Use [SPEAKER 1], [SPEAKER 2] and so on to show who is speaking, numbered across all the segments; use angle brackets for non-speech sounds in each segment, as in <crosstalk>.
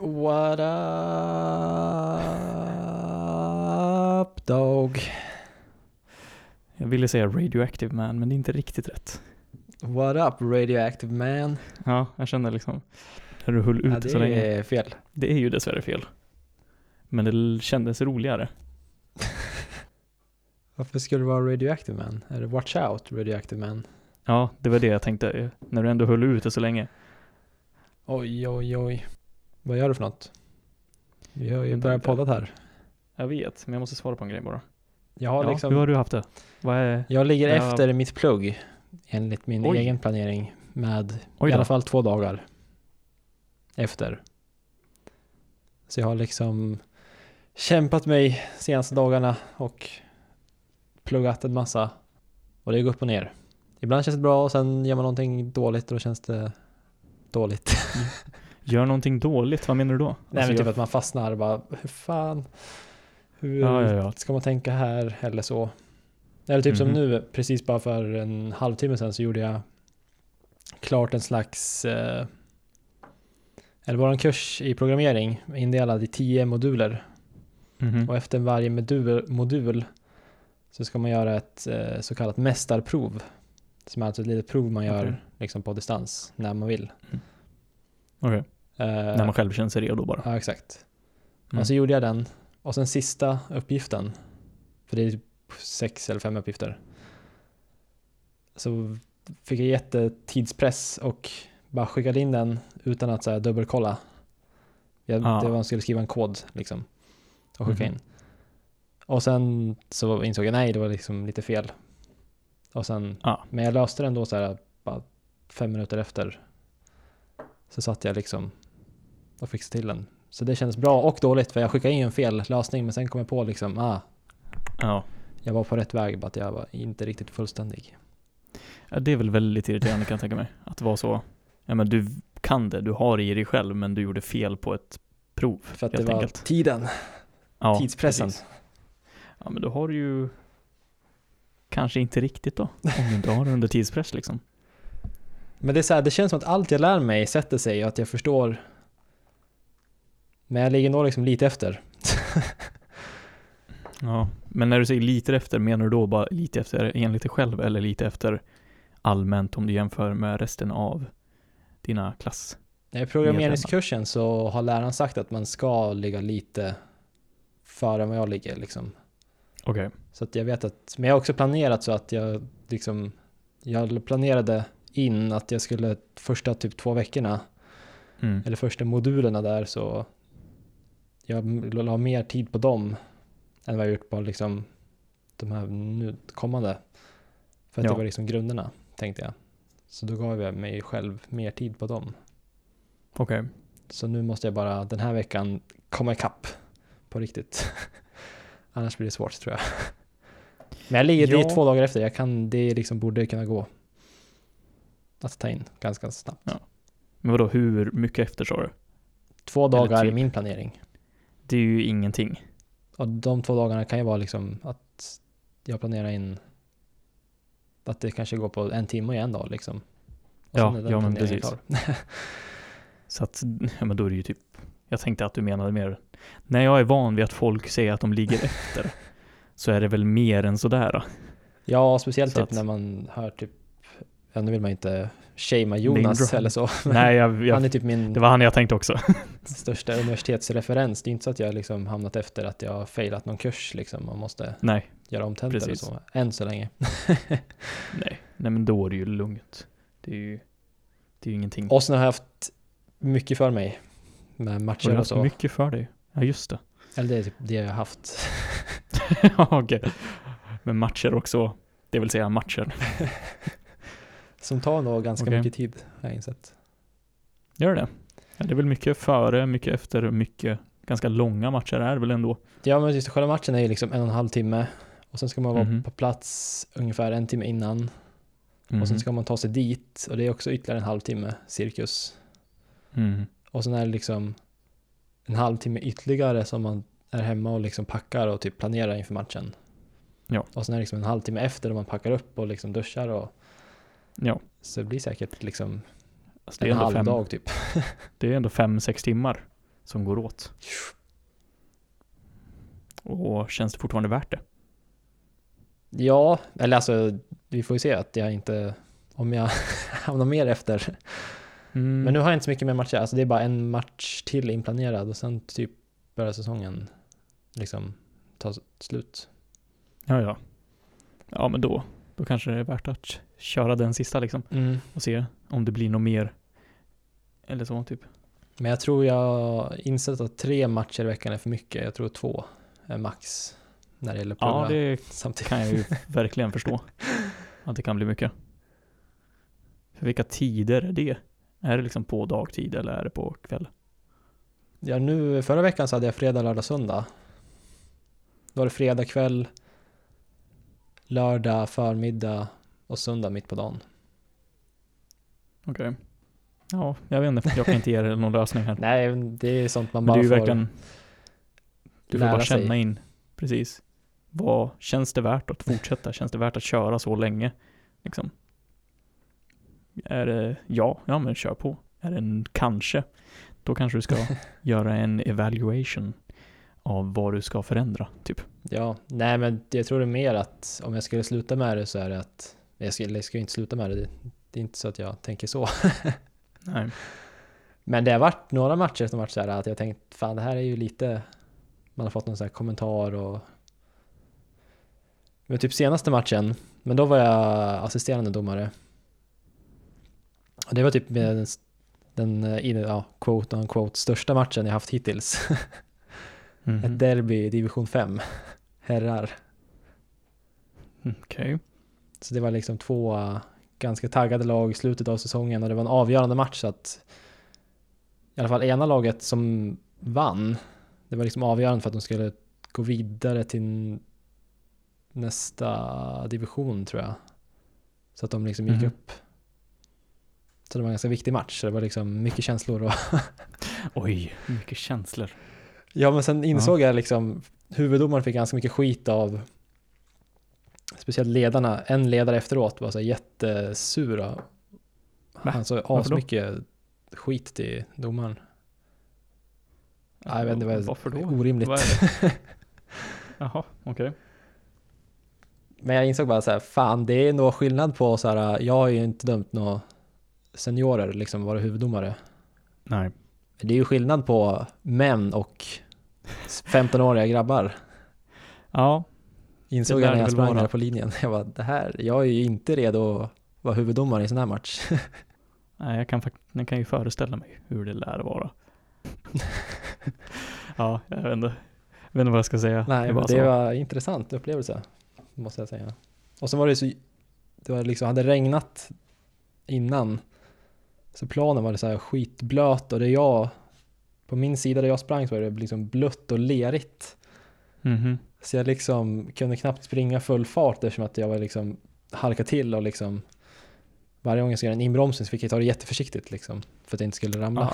[SPEAKER 1] What up dog?
[SPEAKER 2] Jag ville säga Radioactive Man, men det är inte riktigt rätt.
[SPEAKER 1] What up radioactive man?
[SPEAKER 2] Ja, jag kände liksom, när du höll ut
[SPEAKER 1] Ja,
[SPEAKER 2] det så
[SPEAKER 1] det
[SPEAKER 2] länge.
[SPEAKER 1] är fel.
[SPEAKER 2] Det är ju dessvärre fel. Men det l- kändes roligare.
[SPEAKER 1] Varför skulle det vara radioactive man? Är det watch out radioactive man?
[SPEAKER 2] Ja, det var det jag tänkte, eh, när du ändå höll ut det så länge.
[SPEAKER 1] Oj, oj, oj. Vad gör du för något? Vi har ju
[SPEAKER 2] Jag
[SPEAKER 1] börjat
[SPEAKER 2] tänkte-
[SPEAKER 1] podda här.
[SPEAKER 2] Jag vet, men jag måste svara på en grej bara.
[SPEAKER 1] Jag, har
[SPEAKER 2] ja,
[SPEAKER 1] liksom,
[SPEAKER 2] Hur har du haft det? Vad är...
[SPEAKER 1] jag ligger
[SPEAKER 2] Ja.
[SPEAKER 1] efter mitt plugg enligt min
[SPEAKER 2] Oj.
[SPEAKER 1] egen planering med
[SPEAKER 2] Oj
[SPEAKER 1] i alla
[SPEAKER 2] då.
[SPEAKER 1] fall två dagar efter. Så jag har liksom kämpat mig senaste dagarna och pluggat en massa. Och det går upp och ner. Ibland känns det bra och sen gör man någonting dåligt och då känns det dåligt.
[SPEAKER 2] Gör någonting dåligt, vad menar du då?
[SPEAKER 1] Nej men
[SPEAKER 2] Alltså,
[SPEAKER 1] typ
[SPEAKER 2] jag-
[SPEAKER 1] att man fastnar och bara, hur fan, hur
[SPEAKER 2] Ja, ja, ja.
[SPEAKER 1] ska man tänka här eller så. Eller typ som
[SPEAKER 2] Mhm.
[SPEAKER 1] nu, precis bara för en halvtimme sedan så gjorde jag klart en slags, eh, eller var en kurs i programmering indelad i tio moduler.
[SPEAKER 2] Mhm.
[SPEAKER 1] Och efter varje modul, modul så ska man göra ett eh, så kallat mästarprov. Som är alltså ett litet prov man gör
[SPEAKER 2] Okej.
[SPEAKER 1] liksom på distans när man vill.
[SPEAKER 2] Okej,
[SPEAKER 1] Eh,
[SPEAKER 2] när man själv känner sig redo bara.
[SPEAKER 1] Ja, exakt.
[SPEAKER 2] Mm.
[SPEAKER 1] Och så Alltså gjorde jag den. Och sen sista uppgiften, för det är typ sex eller fem uppgifter, så fick jag jättetidspress och bara skickade in den utan att så här, dubbelkolla. Jag,
[SPEAKER 2] Ah.
[SPEAKER 1] Det var, skulle skriva en kod liksom och skicka
[SPEAKER 2] Mhm.
[SPEAKER 1] in. Och sen så insåg jag nej, det var liksom lite fel. Och sen,
[SPEAKER 2] Ja.
[SPEAKER 1] Men jag löste den då så här, bara fem minuter efter. Så satt jag liksom och fixade till den. Så det kändes bra och dåligt för jag skickade in en fel lösning men sen kom jag på liksom, ah,
[SPEAKER 2] Ja.
[SPEAKER 1] jag var på rätt väg bara att jag var inte riktigt fullständig.
[SPEAKER 2] Ja, det är väl väldigt irriterande kan jag tänka mig. Att vara så, ja men du kan det, du har det i dig själv, men du gjorde fel på ett prov.
[SPEAKER 1] För att
[SPEAKER 2] Helt
[SPEAKER 1] det var
[SPEAKER 2] enkelt.
[SPEAKER 1] tiden,
[SPEAKER 2] Ja,
[SPEAKER 1] tidspressen.
[SPEAKER 2] precis. Ja, men då har du ju kanske inte riktigt då. Om du inte har det under tidspress liksom.
[SPEAKER 1] Men det, är så här, det känns som att allt jag lär mig sätter sig och att jag förstår. Men jag ligger nog liksom lite efter.
[SPEAKER 2] Ja, men när du säger lite efter, menar du då bara lite efter enligt dig själv eller lite efter allmänt om du jämför med resten av dina klass?
[SPEAKER 1] I programmeringskursen så har läraren sagt att man ska ligga lite före än vad jag ligger. Liksom.
[SPEAKER 2] Okej.
[SPEAKER 1] Så att jag vet att, men jag har också planerat så att jag liksom, jag planerade in att jag skulle första typ två veckorna,
[SPEAKER 2] Mm.
[SPEAKER 1] eller första modulerna där så jag la mer tid på dem än vad jag gjort på liksom de här nu kommande. För att
[SPEAKER 2] Ja.
[SPEAKER 1] det var liksom grunderna, tänkte jag. Så då gav jag mig själv mer tid på dem.
[SPEAKER 2] Okej.
[SPEAKER 1] Så nu måste jag bara den här veckan komma ikapp på riktigt. <laughs> Annars blir det svårt tror jag. Men jag ligger, det
[SPEAKER 2] Ja.
[SPEAKER 1] är två dagar efter, jag kan, det liksom borde kunna gå. Att ta in ganska snabbt.
[SPEAKER 2] Ja. Men vadå, hur mycket efter sa du?
[SPEAKER 1] Två dagar är
[SPEAKER 2] typ.
[SPEAKER 1] min planering.
[SPEAKER 2] Det är ju ingenting.
[SPEAKER 1] Och de två dagarna kan ju vara liksom att jag planerar in att det kanske går på en timme i en dag liksom. Och
[SPEAKER 2] Ja,
[SPEAKER 1] sen är den
[SPEAKER 2] ja, men
[SPEAKER 1] planeringen
[SPEAKER 2] precis. Så att, <laughs> ja men då är det ju typ, jag tänkte att du menade mer, när jag är van vid att folk säger att de ligger
[SPEAKER 1] <laughs>
[SPEAKER 2] efter, så är det väl mer än sådär då?
[SPEAKER 1] Ja, speciellt
[SPEAKER 2] Så
[SPEAKER 1] typ
[SPEAKER 2] att-
[SPEAKER 1] när man hör typ, ja, nu vill man ju inte shamea
[SPEAKER 2] drop.
[SPEAKER 1] Jonas eller så.
[SPEAKER 2] Nej, jag,
[SPEAKER 1] Han
[SPEAKER 2] jag,
[SPEAKER 1] är typ min
[SPEAKER 2] det var han jag tänkte också. <laughs>
[SPEAKER 1] största universitetsreferens. Det är inte så att jag liksom hamnat efter att jag har failat någon kurs liksom och måste
[SPEAKER 2] Nej,
[SPEAKER 1] göra om tentor
[SPEAKER 2] Precis. Mm.
[SPEAKER 1] och så. Än så länge.
[SPEAKER 2] nej, nej men då är det ju lugnt. Det är ju, det är ju ingenting.
[SPEAKER 1] Och sen har jag haft mycket för mig med
[SPEAKER 2] Har du
[SPEAKER 1] matcher och
[SPEAKER 2] haft
[SPEAKER 1] så.
[SPEAKER 2] mycket för dig? Ja, just det. <laughs>
[SPEAKER 1] Eller det är typ det jag har haft. <laughs>
[SPEAKER 2] Ja, Okej. Men matcher också, det vill säga matcher.
[SPEAKER 1] Som tar nog ganska
[SPEAKER 2] Okej.
[SPEAKER 1] mycket tid har jag insett.
[SPEAKER 2] Gör det? Ja, det är väl mycket före, mycket efter, mycket, ganska långa matcher är det väl ändå?
[SPEAKER 1] Ja men just själva matchen är ju liksom en och en halv timme. Och sen ska man vara
[SPEAKER 2] Mhm.
[SPEAKER 1] på plats ungefär en timme innan. Och sen
[SPEAKER 2] Mhm.
[SPEAKER 1] ska man ta sig dit och det är också ytterligare en halvtimme cirkus.
[SPEAKER 2] Mhm.
[SPEAKER 1] Och sen är det liksom en halvtimme ytterligare som man är hemma och liksom packar och typ planerar inför matchen.
[SPEAKER 2] Ja.
[SPEAKER 1] Och sen är det liksom en halvtimme efter då man packar upp och liksom duschar och
[SPEAKER 2] Ja,
[SPEAKER 1] så det blir säkert liksom
[SPEAKER 2] alltså det är
[SPEAKER 1] en
[SPEAKER 2] ändå
[SPEAKER 1] halv
[SPEAKER 2] fem,
[SPEAKER 1] dag typ.
[SPEAKER 2] Det är ändå fem, sex timmar som går åt. Och känns det fortfarande värt det?
[SPEAKER 1] Ja, eller alltså vi får ju se att jag inte, om jag <laughs> hamnar mer efter.
[SPEAKER 2] Mm.
[SPEAKER 1] Men nu har jag inte så mycket mer matcher, alltså det är bara en match till inplanerad och sen typ börjar säsongen liksom ta s- slut.
[SPEAKER 2] Ja, ja. Ja, men då, då kanske det är värt att köra den sista liksom och se om det blir något mer. Eller så, typ.
[SPEAKER 1] Men jag tror jag har insett att tre matcher i veckan är för mycket, jag tror två är max när det gäller att
[SPEAKER 2] Ja,
[SPEAKER 1] plugga
[SPEAKER 2] det
[SPEAKER 1] samtidigt.
[SPEAKER 2] kan jag ju <laughs> verkligen förstå. Att det kan bli mycket. För vilka tider är det? Är det liksom på dagtid eller är det på kväll?
[SPEAKER 1] Ja, nu förra veckan så hade jag fredag, lördag, söndag. Då var det fredag kväll, lördag förmiddag och söndag mitt på dagen.
[SPEAKER 2] Okej. Ja, jag vet inte. Jag kan inte ge dig någon lösning här.
[SPEAKER 1] Nej, det är sånt man
[SPEAKER 2] Men
[SPEAKER 1] bara
[SPEAKER 2] du är ju
[SPEAKER 1] får
[SPEAKER 2] verkligen... Du får
[SPEAKER 1] lära
[SPEAKER 2] bara känna
[SPEAKER 1] sig.
[SPEAKER 2] in. Precis. Vad känns det värt att fortsätta? Känns det värt att köra så länge? Liksom. Är det ja, ja men kör på. Är det en kanske? Då kanske du <laughs> ska göra en evaluation av vad du ska förändra, typ.
[SPEAKER 1] Ja, nej men jag tror det är mer att om jag skulle sluta med det så är det att jag skulle, jag skulle inte sluta med det. det. Det är inte så att jag tänker så.
[SPEAKER 2] Nej.
[SPEAKER 1] Men det har varit några matcher som varit så här att jag tänkt fan det här är ju lite man har fått någon sån här kommentar och men typ senaste matchen men då var jag assisterande domare och det var typ med den, den eh, in- ja, quote on quote största matchen jag haft hittills <laughs>
[SPEAKER 2] Mhm.
[SPEAKER 1] ett derby i division 5 <laughs> herrar
[SPEAKER 2] Mm, Okej.
[SPEAKER 1] så det var liksom två eh, ganska taggade lag i slutet av säsongen och det var en avgörande match så att i alla fall ena laget som vann, det var liksom avgörande för att de skulle gå vidare till nästa division tror jag. Så att de liksom gick
[SPEAKER 2] Mhm.
[SPEAKER 1] upp. Så det var en ganska viktig match, så det var liksom mycket känslor och
[SPEAKER 2] Oj, mycket känslor.
[SPEAKER 1] Ja men sen insåg jag liksom, huvuddomaren fick ganska mycket skit av speciellt ledarna. En ledare efteråt var så här jättesur. och-
[SPEAKER 2] Va?
[SPEAKER 1] Han sa
[SPEAKER 2] Varför då?
[SPEAKER 1] asmycket skit till domaren. Nej, jag vet inte, det var
[SPEAKER 2] Varför då?
[SPEAKER 1] orimligt.
[SPEAKER 2] Vad är det? <laughs> Jaha, okej.
[SPEAKER 1] Men jag insåg bara så här, fan det är nog skillnad på så här, jag har ju inte dömt några seniorer liksom, vara huvuddomare.
[SPEAKER 2] Nej.
[SPEAKER 1] Men det är ju skillnad på män och 15-åriga grabbar.
[SPEAKER 2] Ja,
[SPEAKER 1] Insåg
[SPEAKER 2] Det
[SPEAKER 1] jag när
[SPEAKER 2] lär det
[SPEAKER 1] jag
[SPEAKER 2] väl
[SPEAKER 1] sprang
[SPEAKER 2] vara.
[SPEAKER 1] där på linjen. <laughs> Jag bara, det här, jag är ju inte redo att vara huvuddomare i en sån här
[SPEAKER 2] <laughs>
[SPEAKER 1] match.
[SPEAKER 2] Nej, jag kan, fak- jag kan ju föreställa mig hur det lär
[SPEAKER 1] <laughs>
[SPEAKER 2] vara. ja, jag vet inte. Jag vet inte vad jag ska säga.
[SPEAKER 1] Nej,
[SPEAKER 2] är
[SPEAKER 1] det,
[SPEAKER 2] bara
[SPEAKER 1] var,
[SPEAKER 2] så.
[SPEAKER 1] en intressant upplevelse, måste jag säga. Och så var det så, det var liksom, hade regnat innan, så planen var det så här skitblöt och det jag, på min sida där jag sprang så var det liksom blött och lerigt.
[SPEAKER 2] Mhm.
[SPEAKER 1] Så jag liksom kunde knappt springa full fart eftersom att jag var liksom halkade till och liksom varje gång jag skulle göra en inbromsning så fick jag ta det jätteförsiktigt liksom för att jag inte skulle ramla.
[SPEAKER 2] Ja.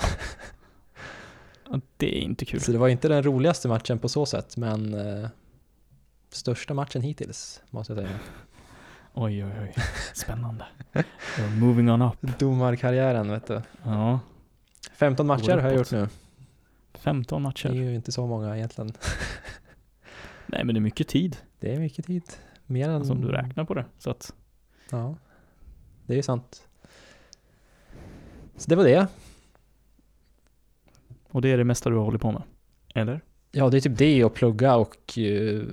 [SPEAKER 2] Ja, det är inte kul.
[SPEAKER 1] Så det var inte den roligaste matchen på så sätt, men eh, största matchen hittills, måste jag
[SPEAKER 2] <laughs>
[SPEAKER 1] säga.
[SPEAKER 2] Oj, oj,
[SPEAKER 1] <laughs>
[SPEAKER 2] oj. Spännande. You're moving on up.
[SPEAKER 1] Domarkarriären, vet du.
[SPEAKER 2] Ja,
[SPEAKER 1] 15 matcher har jag gjort nu.
[SPEAKER 2] 15
[SPEAKER 1] Det är
[SPEAKER 2] matcher.
[SPEAKER 1] ju inte så många egentligen.
[SPEAKER 2] Nej, men det är mycket tid
[SPEAKER 1] Det är mycket tid. Mer än...
[SPEAKER 2] som du räknar på det. Så att,
[SPEAKER 1] Ja. Det är ju sant. Så det var det.
[SPEAKER 2] och det är det mesta du håller på med. Eller?
[SPEAKER 1] Ja, det är typ det och plugga och eh,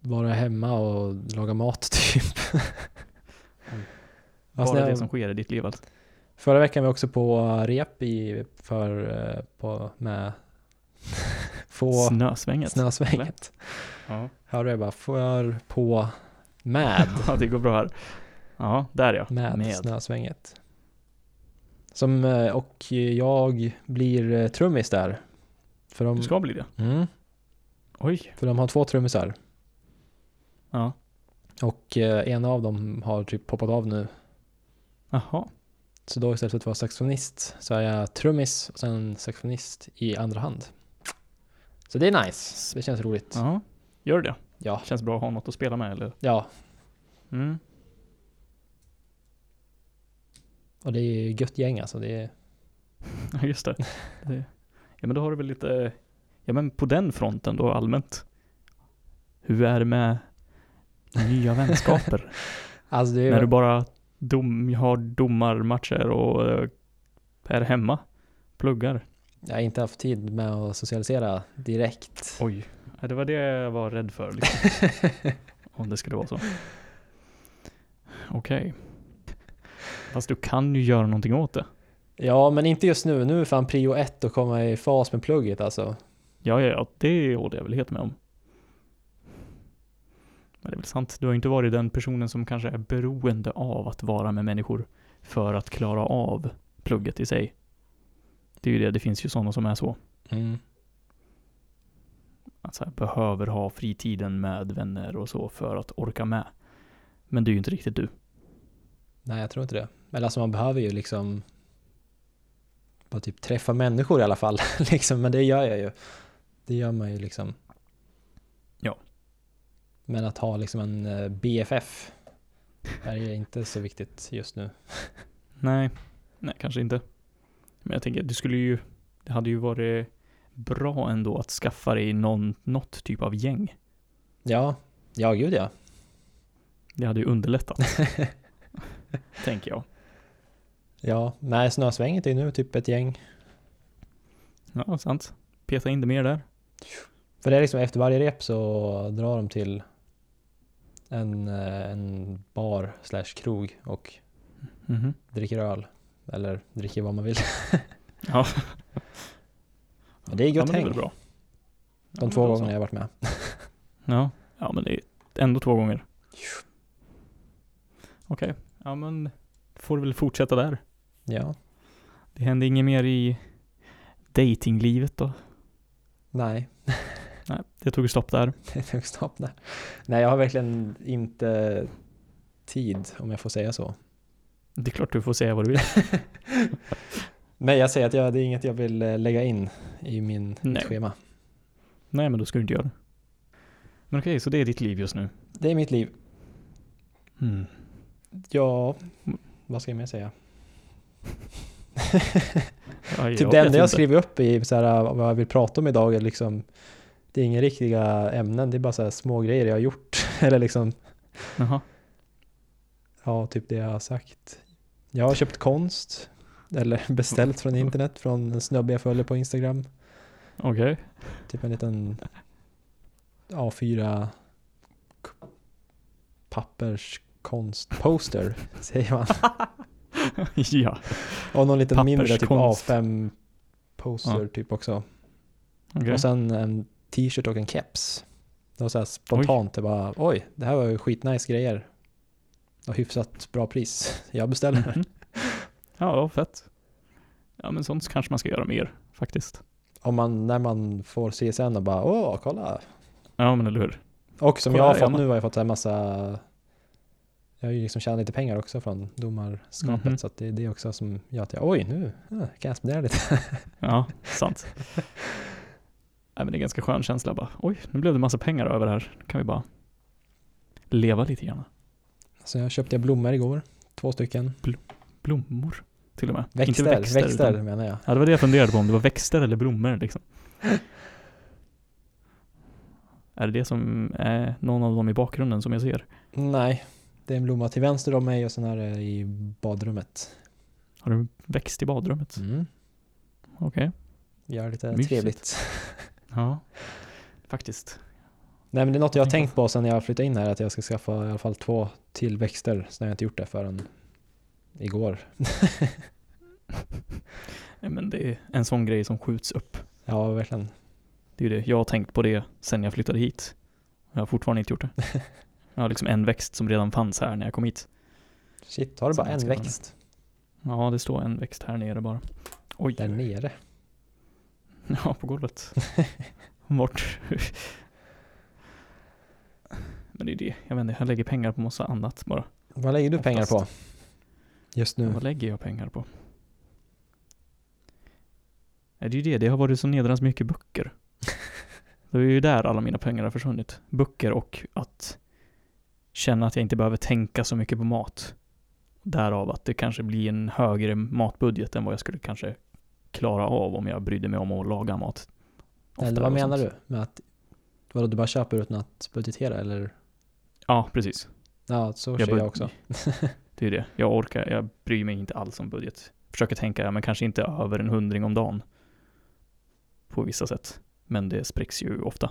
[SPEAKER 1] vara hemma och laga mat <laughs> typ.
[SPEAKER 2] Bara
[SPEAKER 1] när jag-
[SPEAKER 2] det som sker i ditt liv alltså.
[SPEAKER 1] Förra veckan var jag också på rep i, för, eh, på, med <laughs> få
[SPEAKER 2] Snösvänget. eller?
[SPEAKER 1] snösvänget.
[SPEAKER 2] Ja.
[SPEAKER 1] Hörde jag bara för på med,
[SPEAKER 2] ja, det går bra här. Ja, där ja.
[SPEAKER 1] med, snösvänget. Som, eh, och jag blir eh, trummis där. För de,
[SPEAKER 2] Du ska bli det.
[SPEAKER 1] mm,
[SPEAKER 2] Oj.
[SPEAKER 1] för de har två trummisar
[SPEAKER 2] Ja.
[SPEAKER 1] och eh, en av dem har typ poppat av nu.
[SPEAKER 2] Jaha.
[SPEAKER 1] Så då istället för att vara saxofonist så är jag trummis och sen saxofonist i andra hand. Så det är nice, det känns roligt.
[SPEAKER 2] Ja. Gör det.
[SPEAKER 1] Ja,
[SPEAKER 2] Känns bra att ha något att spela med eller?
[SPEAKER 1] ja.
[SPEAKER 2] <laughs> Mm.
[SPEAKER 1] och det är ju gött gäng alltså. Det är,
[SPEAKER 2] Ja, Just det. det. Ja men då har du väl lite, ja men på den fronten då allmänt. Hur är det med nya <laughs> vänskaper?
[SPEAKER 1] Alltså det är
[SPEAKER 2] När du bara dom, har domarmatcher och eh, är hemma, pluggar.
[SPEAKER 1] Jag har inte haft tid med att socialisera direkt.
[SPEAKER 2] Oj. Ja, det var det jag var rädd för. Liksom. <laughs> Om det skulle vara så. Okej. Fast du kan ju göra någonting åt det.
[SPEAKER 1] Ja, men inte just nu. Nu är fan prio ett att komma i fas med plugget alltså.
[SPEAKER 2] Ja, ja, ja, det håller jag väl helt med om. Men det är väl sant, du har ju inte varit den personen som kanske är beroende av att vara med människor för att klara av plugget i sig. Det är ju det, det finns ju sådana som är så. Mm. Att så här, behöver ha fritiden med vänner och så för att orka med. Men det är ju inte riktigt du.
[SPEAKER 1] Nej, jag tror inte det. Eller alltså man behöver ju liksom bara typ träffa människor i alla fall. <laughs> liksom, men det gör jag ju. Det gör man ju liksom.
[SPEAKER 2] Ja.
[SPEAKER 1] Men att ha liksom en eh, BFF är ju inte så viktigt just nu.
[SPEAKER 2] Nej, nej kanske inte. Men jag tänker, det skulle ju, det hade ju varit bra ändå att skaffa dig någon, något typ av gäng.
[SPEAKER 1] Ja, ja gud ja.
[SPEAKER 2] Det hade ju underlättat. tänker jag.
[SPEAKER 1] Ja, nej snösvänget är ju nu typ ett gäng.
[SPEAKER 2] Ja, sant. Peta in det mer där.
[SPEAKER 1] För det är liksom efter varje rep så drar de till en, eh, en bar slash krog och
[SPEAKER 2] Mhm.
[SPEAKER 1] dricker öl. Eller dricker vad man vill.
[SPEAKER 2] <laughs> Ja.
[SPEAKER 1] <laughs> Men det är
[SPEAKER 2] ja,
[SPEAKER 1] gött
[SPEAKER 2] men det är
[SPEAKER 1] häng.
[SPEAKER 2] väl bra. Ja,
[SPEAKER 1] De
[SPEAKER 2] men
[SPEAKER 1] två
[SPEAKER 2] då så.
[SPEAKER 1] gångerna jag har varit med.
[SPEAKER 2] Ja. ja, men det är ändå två gånger. Okej, ja men får väl fortsätta där.
[SPEAKER 1] Ja.
[SPEAKER 2] Det hände inget mer i datinglivet då?
[SPEAKER 1] Nej, <laughs>
[SPEAKER 2] Nej, det tog stopp där.
[SPEAKER 1] det är nog stopp där. Nej, jag har verkligen inte tid om jag får säga så.
[SPEAKER 2] Det är klart du får säga vad
[SPEAKER 1] <laughs>
[SPEAKER 2] du vill.
[SPEAKER 1] Men jag säger att jag, det är inget jag vill eh, lägga in i min, mitt
[SPEAKER 2] Nej.
[SPEAKER 1] schema.
[SPEAKER 2] Nej, men då ska du inte göra det. Men okej, så det är ditt liv just nu.
[SPEAKER 1] Det är mitt liv.
[SPEAKER 2] Mm.
[SPEAKER 1] Ja, vad ska jag mer säga?
[SPEAKER 2] Ja, jag
[SPEAKER 1] Typ det
[SPEAKER 2] vet
[SPEAKER 1] enda jag
[SPEAKER 2] inte.
[SPEAKER 1] skriver upp i så här, vad jag vill prata om idag är liksom Det är inga riktiga ämnen, det är bara så här små grejer jag har gjort. <laughs> Eller liksom,
[SPEAKER 2] Jaha.
[SPEAKER 1] ja, typ det jag har sagt. Jag har köpt konst. Eller <laughs> beställt från internet från en snubbe jag följer på Instagram.
[SPEAKER 2] Okej.
[SPEAKER 1] <laughs> Typ en liten A4 k- papperskonstposter, <laughs> säger man.
[SPEAKER 2] ja,
[SPEAKER 1] Och någon liten mindre typ
[SPEAKER 2] Papperskonst.
[SPEAKER 1] A5 poster typ också.
[SPEAKER 2] okej.
[SPEAKER 1] Och sen en t-shirt och en keps. Det var så här spontant, det bara oj, det här var ju skitnice grejer. Och hyfsat bra pris. <laughs> Jag beställer.
[SPEAKER 2] Mhm. Ja, fett. Ja, men sånt kanske man ska göra mer faktiskt.
[SPEAKER 1] Om man, när man får CSN och bara åh, kolla.
[SPEAKER 2] Ja, men eller hur?
[SPEAKER 1] Och som
[SPEAKER 2] Kolla
[SPEAKER 1] jag har
[SPEAKER 2] här,
[SPEAKER 1] fått
[SPEAKER 2] Emma.
[SPEAKER 1] nu har jag fått en massa jag har ju liksom tjänat lite pengar också från domarskapet
[SPEAKER 2] Mhm.
[SPEAKER 1] så att det är det också som gör att jag, oj nu ja, kan jag spendera lite. <laughs>
[SPEAKER 2] Ja, sant. <laughs> Nej, men det är en ganska skön känsla bara. Oj, nu blev det massa pengar över här. Nu kan vi bara leva lite grann.
[SPEAKER 1] Så jag köpte blommor igår, två stycken.
[SPEAKER 2] Blommor till och med.
[SPEAKER 1] Växter,
[SPEAKER 2] Inte
[SPEAKER 1] växter,
[SPEAKER 2] utan-
[SPEAKER 1] menar jag.
[SPEAKER 2] Ja, det var det jag funderade på, om det var växter eller blommor liksom. Är det det som är någon av dem i bakgrunden som jag ser?
[SPEAKER 1] Nej, det är en blomma till vänster om mig och sen är det i badrummet.
[SPEAKER 2] Har du växt i badrummet? Mm. Okej.
[SPEAKER 1] Gör lite
[SPEAKER 2] Mysigt.
[SPEAKER 1] trevligt.
[SPEAKER 2] Ja, faktiskt.
[SPEAKER 1] Nej men det är något jag har
[SPEAKER 2] Tänk
[SPEAKER 1] tänkt på sen jag flyttade in här att jag ska skaffa i alla fall två till växter. Sen har jag inte gjort det förrän igår.
[SPEAKER 2] Nej, Men det är en sån grej som skjuts upp.
[SPEAKER 1] Ja verkligen.
[SPEAKER 2] Det är ju det. Jag har tänkt på det sen jag flyttade hit. Jag har fortfarande inte gjort det. Jag har liksom en växt som redan fanns här när jag kom hit.
[SPEAKER 1] Shit, har du
[SPEAKER 2] Som
[SPEAKER 1] bara
[SPEAKER 2] jag
[SPEAKER 1] en
[SPEAKER 2] ska ha med.
[SPEAKER 1] växt?
[SPEAKER 2] Ja, det står en växt här nere bara. <laughs> Oj.
[SPEAKER 1] Där nere?
[SPEAKER 2] Ja, på golvet. Bort. Men det är det. Jag vet inte, jag lägger pengar på massa annat bara.
[SPEAKER 1] Vad lägger du pengar på?
[SPEAKER 2] Oftast.
[SPEAKER 1] Just nu?
[SPEAKER 2] Vad lägger jag pengar på? Ja, det är ju det, det har varit så nedrans
[SPEAKER 1] <laughs>
[SPEAKER 2] mycket böcker. Det är ju där alla mina pengar har försvunnit. Böcker och att känna att jag inte behöver tänka så mycket på mat. Därav att det kanske blir en högre matbudget än vad jag skulle kanske klara av om jag brydde mig om att laga mat.
[SPEAKER 1] Eller
[SPEAKER 2] oftare
[SPEAKER 1] vad
[SPEAKER 2] och
[SPEAKER 1] menar
[SPEAKER 2] sånt.
[SPEAKER 1] du? Med att, vadå, du bara köper utan att budgetera eller?
[SPEAKER 2] Ja, precis.
[SPEAKER 1] Ja, så kör
[SPEAKER 2] bud-
[SPEAKER 1] jag också. <laughs>
[SPEAKER 2] Det är det. Jag orkar, jag bryr mig inte alls om budget. Försöker tänka, men kanske inte över en hundring om dagen. På vissa sätt. Men det spräcks ju ofta.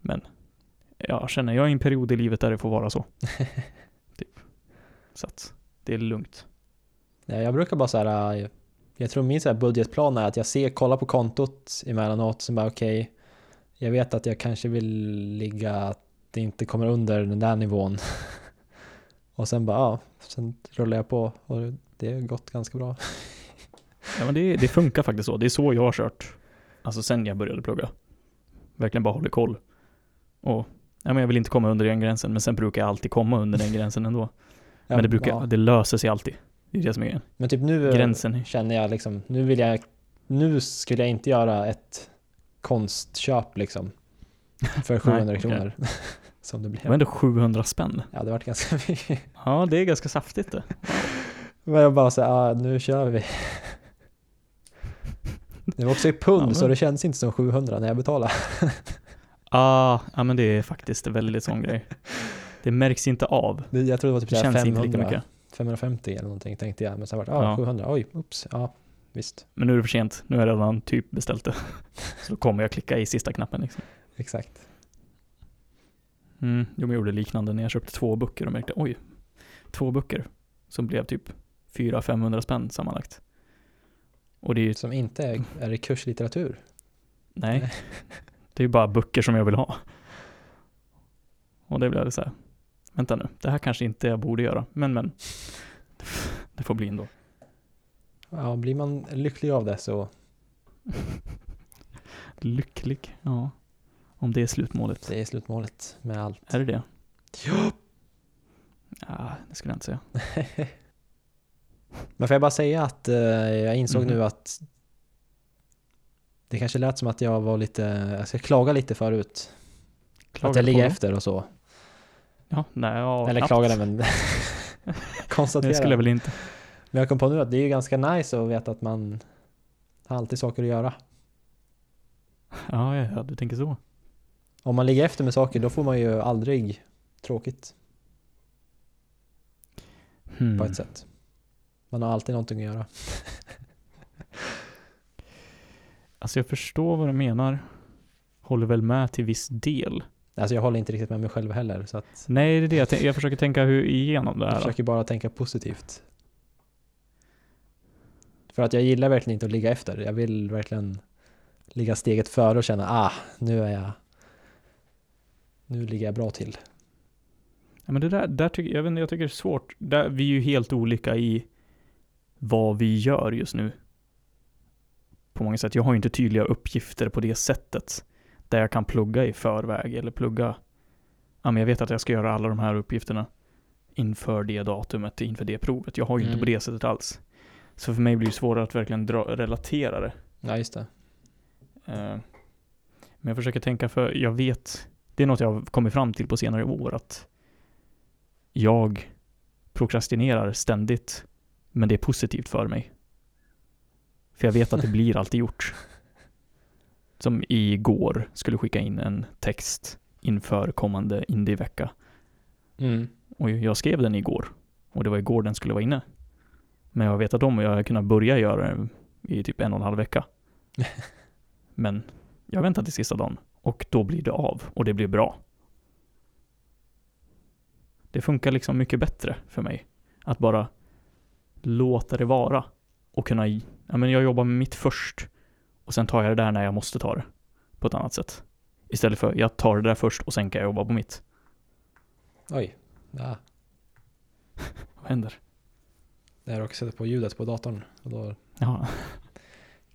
[SPEAKER 2] Men jag känner, jag är i en period i livet där det får
[SPEAKER 1] <laughs>
[SPEAKER 2] vara så. typ. Så att det är lugnt.
[SPEAKER 1] Nej, Eh, jag brukar bara så här, äh, jag tror min så här budgetplan är att jag ser, kollar på kontot emellanåt, sen bara okej, jag vet att jag kanske vill ligga, att det inte kommer under den där nivån. <laughs> och sen bara, ja, sen rullar jag på och det har gått ganska bra.
[SPEAKER 2] Ja, men det, det funkar faktiskt så. Det är så jag har kört. Alltså sen jag började plugga. Verkligen bara håller koll. Och ja, men jag vill inte komma under den gränsen, men sen brukar jag alltid komma under den gränsen ändå.
[SPEAKER 1] Ja,
[SPEAKER 2] men det, brukar,
[SPEAKER 1] ja.
[SPEAKER 2] det löser sig alltid. Det är det som är grejen.
[SPEAKER 1] Men typ nu
[SPEAKER 2] gränsen.
[SPEAKER 1] känner jag liksom, nu vill jag, nu skulle jag inte göra ett konstköp liksom.
[SPEAKER 2] <laughs>
[SPEAKER 1] För 700
[SPEAKER 2] okej.
[SPEAKER 1] kronor. <laughs> Som det
[SPEAKER 2] Det var
[SPEAKER 1] blev.
[SPEAKER 2] ändå 700 spänn.
[SPEAKER 1] Ja, det vart ganska <laughs> mycket.
[SPEAKER 2] Ja, det är ganska saftigt det.
[SPEAKER 1] Men jag bara såhär, ah, nu kör
[SPEAKER 2] <laughs>
[SPEAKER 1] vi. Det var också i pund
[SPEAKER 2] Ja, men-
[SPEAKER 1] så det känns inte som 700 när jag betalar.
[SPEAKER 2] Ah, ja, men det är faktiskt en väldigt sån grej. Det märks inte av.
[SPEAKER 1] Det- Jag tror det var typ
[SPEAKER 2] Det
[SPEAKER 1] såhär
[SPEAKER 2] känns inte lika
[SPEAKER 1] 500,
[SPEAKER 2] mycket.
[SPEAKER 1] 550 eller någonting tänkte jag. Men sen vart det ah,
[SPEAKER 2] Ja.
[SPEAKER 1] 700, oj, oops, ja visst,
[SPEAKER 2] Men nu är det för sent. Nu har jag redan typ beställt det. Så då kommer jag klicka i sista knappen liksom.
[SPEAKER 1] exakt.
[SPEAKER 2] Mm, jo, men jag gjorde liknande när jag köpte två böcker och märkte oj, två böcker som blev typ 400-500 spänn sammanlagt. Och det är ju,
[SPEAKER 1] Som inte är, är det kurslitteratur.
[SPEAKER 2] nej, <laughs> det är ju bara böcker som jag vill ha. Och det blev så här, vänta nu, det här kanske inte jag borde göra, men men, <laughs> det får bli ändå.
[SPEAKER 1] Ja, blir man lycklig av det så
[SPEAKER 2] Lycklig, ja. Om det är slutmålet.
[SPEAKER 1] det är slutmålet med allt.
[SPEAKER 2] Är det det? Ja! det skulle jag inte säga.
[SPEAKER 1] Men får jag bara säga att eh, jag insåg
[SPEAKER 2] Mhm.
[SPEAKER 1] nu att det kanske lät som att jag var lite, jag ska klaga lite förut. att
[SPEAKER 2] Klagade
[SPEAKER 1] jag ligger
[SPEAKER 2] på-
[SPEAKER 1] efter och så.
[SPEAKER 2] Ja, nej, ja,
[SPEAKER 1] Eller
[SPEAKER 2] knappt.
[SPEAKER 1] klagade men
[SPEAKER 2] <laughs> Det skulle
[SPEAKER 1] konstaterade.
[SPEAKER 2] jag väl inte.
[SPEAKER 1] Men jag kom på nu att det är ju ganska nice att veta att man har alltid saker att göra.
[SPEAKER 2] Ja, ja, ja, du tänker så.
[SPEAKER 1] Om man ligger efter med saker då får man ju aldrig tråkigt
[SPEAKER 2] Hmm.
[SPEAKER 1] på ett sätt. Man har alltid någonting att göra.
[SPEAKER 2] Alltså jag förstår vad du menar. Håller väl med till viss del.
[SPEAKER 1] Alltså jag håller inte riktigt med mig själv heller så att
[SPEAKER 2] Nej, det är det jag, tän- jag försöker tänka hur igenom det
[SPEAKER 1] jag
[SPEAKER 2] här. då.
[SPEAKER 1] försöker bara tänka positivt. För att jag gillar verkligen inte att ligga efter. Jag vill verkligen ligga steget före och känna ah, nu är jag nu ligger jag bra till.
[SPEAKER 2] Ja, men det där, där tycker jag, vet inte, jag tycker det är svårt. Där, vi är ju helt olika i vad vi gör just nu. På många sätt. Jag har ju inte tydliga uppgifter på det sättet. Där jag kan plugga i förväg eller plugga. Ja, men jag vet att jag ska göra alla de här uppgifterna inför det datumet, inför det provet. Jag har ju
[SPEAKER 1] Mm.
[SPEAKER 2] inte på det sättet alls. Så för mig blir det svårare att verkligen dra, relatera det.
[SPEAKER 1] Ja, just det.
[SPEAKER 2] Eh, Men jag försöker tänka för jag vet, det är något jag har kommit fram till på senare år att jag prokrastinerar ständigt men det är positivt för mig. För jag vet att det blir alltid gjort. Som igår skulle skicka in en text inför kommande indievecka
[SPEAKER 1] Mm.
[SPEAKER 2] och jag skrev den igår och det var igår den skulle vara inne. Men jag har vetat om och jag har kunnat börja göra den i typ en och en halv vecka. Men jag väntar till sista dagen och då blir det av och det blir bra. Det funkar liksom mycket bättre för mig att bara låta det vara och kunna, ja men jag jobbar med mitt först och sen tar jag det där när jag måste ta det på ett annat sätt. Istället för jag tar det där först och sen kan jag jobba på mitt.
[SPEAKER 1] Oj. Ja.
[SPEAKER 2] Vad händer?
[SPEAKER 1] Jag råkade sätta på ljudet på datorn och då
[SPEAKER 2] Ja.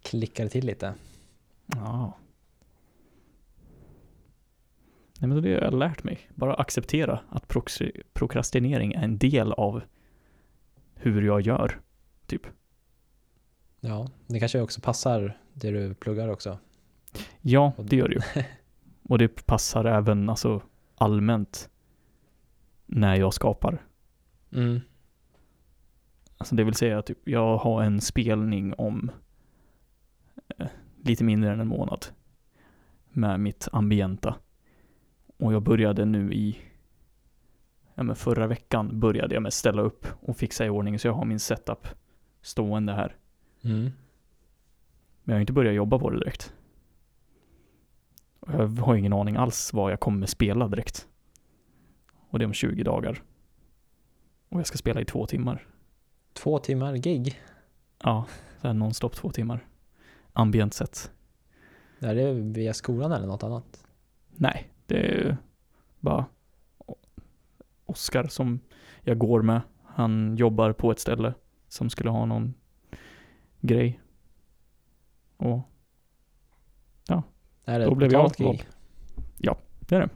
[SPEAKER 1] klickade det till lite.
[SPEAKER 2] Ja. Nej men det är det jag har lärt mig. Bara acceptera att proxi- prokrastinering är en del av hur jag gör.
[SPEAKER 1] Ja, det kanske också passar det du pluggar också.
[SPEAKER 2] Ja, det gör det ju. Och det passar även alltså,
[SPEAKER 1] Mm,
[SPEAKER 2] allmänt när jag skapar. Alltså det vill säga typ, jag har en spelning om eh, lite mindre än en månad med mitt ambienta. Och jag började nu i, ja men förra veckan började jag med att ställa upp och fixa i ordning så jag har min setup stående här.
[SPEAKER 1] Mm.
[SPEAKER 2] Men jag har inte börjat jobba på det direkt. Och jag har ingen aning alls vad jag kommer spela direkt. Och det är om 20 dagar. Och jag ska spela i två timmar.
[SPEAKER 1] Två timmar gig.
[SPEAKER 2] Ja, så här nonstop två timmar. Ambient sett.
[SPEAKER 1] Det här är via skolan eller något annat.
[SPEAKER 2] Nej, det är ju bara Oskar som jag går med. Han jobbar på ett ställe som skulle ha någon grej. Och
[SPEAKER 1] Är det
[SPEAKER 2] Då
[SPEAKER 1] ett
[SPEAKER 2] blev jag
[SPEAKER 1] betalt gig?
[SPEAKER 2] det är det.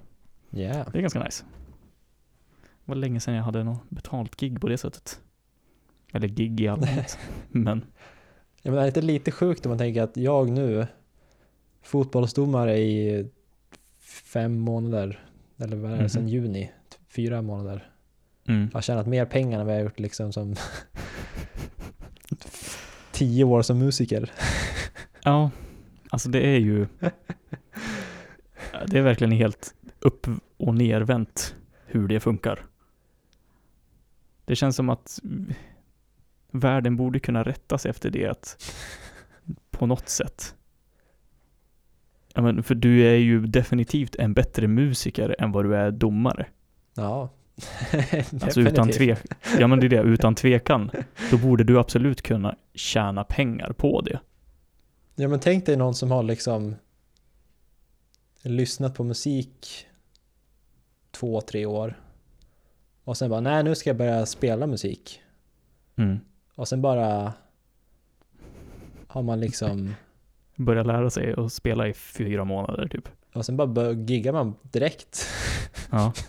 [SPEAKER 1] Yeah.
[SPEAKER 2] Det är ganska nice. Det var länge sedan jag hade något betalt gig på det sättet. Eller gig i allmänhet. Men
[SPEAKER 1] Jag menar, det är inte lite sjukt om man tänker att jag nu, fotbollsdomare i fem månader, eller vad är det, sedan
[SPEAKER 2] Mhm.
[SPEAKER 1] juni, t- fyra månader,
[SPEAKER 2] mm,
[SPEAKER 1] har tjänat mer pengar än vad jag har gjort liksom som <laughs> tio år som musiker.
[SPEAKER 2] ja, alltså det är ju det är verkligen helt upp och nervänt hur det funkar. Det känns som att världen borde kunna rätta sig efter det att på något sätt. Ja, men för du är ju definitivt en bättre musiker än vad du är domare.
[SPEAKER 1] Ja.
[SPEAKER 2] <laughs> Alltså utan,
[SPEAKER 1] Definitivt.
[SPEAKER 2] tve, ja, men det är det, utan tvekan, då borde du absolut kunna tjäna pengar på det.
[SPEAKER 1] Ja men tänk dig någon som har liksom lyssnat på musik två, tre år och sen bara nej nu ska jag börja spela musik
[SPEAKER 2] Mm.
[SPEAKER 1] och sen bara har man
[SPEAKER 2] <laughs>
[SPEAKER 1] liksom
[SPEAKER 2] Börja lära sig att spela i fyra månader typ.
[SPEAKER 1] och sen bara bör- giggar man direkt.
[SPEAKER 2] Ja. <laughs>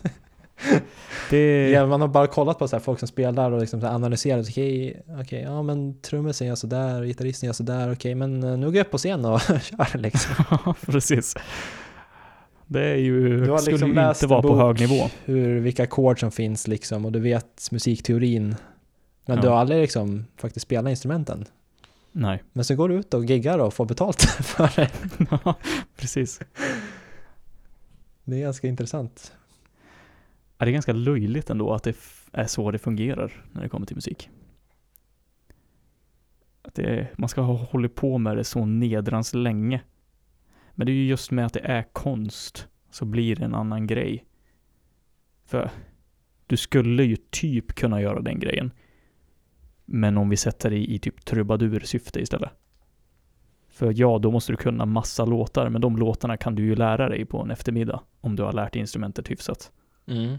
[SPEAKER 1] <laughs>
[SPEAKER 2] Det,
[SPEAKER 1] Ja, man har bara kollat på så här folk som spelar och liksom så här analyserat. Okej, okej, ja men trummisen gör sådär, gitarristen gör sådär, okej men eh, nu går jag upp på scen och <laughs> kör liksom.
[SPEAKER 2] <laughs> ja, precis. Det är ju,
[SPEAKER 1] Du har
[SPEAKER 2] skulle
[SPEAKER 1] liksom
[SPEAKER 2] ju
[SPEAKER 1] läst
[SPEAKER 2] inte
[SPEAKER 1] en
[SPEAKER 2] vara på
[SPEAKER 1] bok.
[SPEAKER 2] hög nivå.
[SPEAKER 1] hur, vilka ackord som finns liksom och du vet musikteorin. Men
[SPEAKER 2] Ja.
[SPEAKER 1] du har aldrig liksom faktiskt spelat instrumenten.
[SPEAKER 2] Nej, <laughs>
[SPEAKER 1] Men så går du ut och giggar och får betalt <laughs> för det.
[SPEAKER 2] precis.
[SPEAKER 1] Det är ganska intressant.
[SPEAKER 2] Ja, det är ganska löjligt ändå att det f- är så det fungerar när det kommer till musik. Att det, man ska ha hållit på med det så nedrans länge. Men det är ju just med att det är konst så blir det en annan grej. För du skulle ju typ kunna göra den grejen. Men om vi sätter det i typ trubadursyfte istället. För ja, då måste du kunna massa låtar, men de låtarna kan du ju lära dig på en eftermiddag om du har lärt dig instrumentet hyfsat. Mm.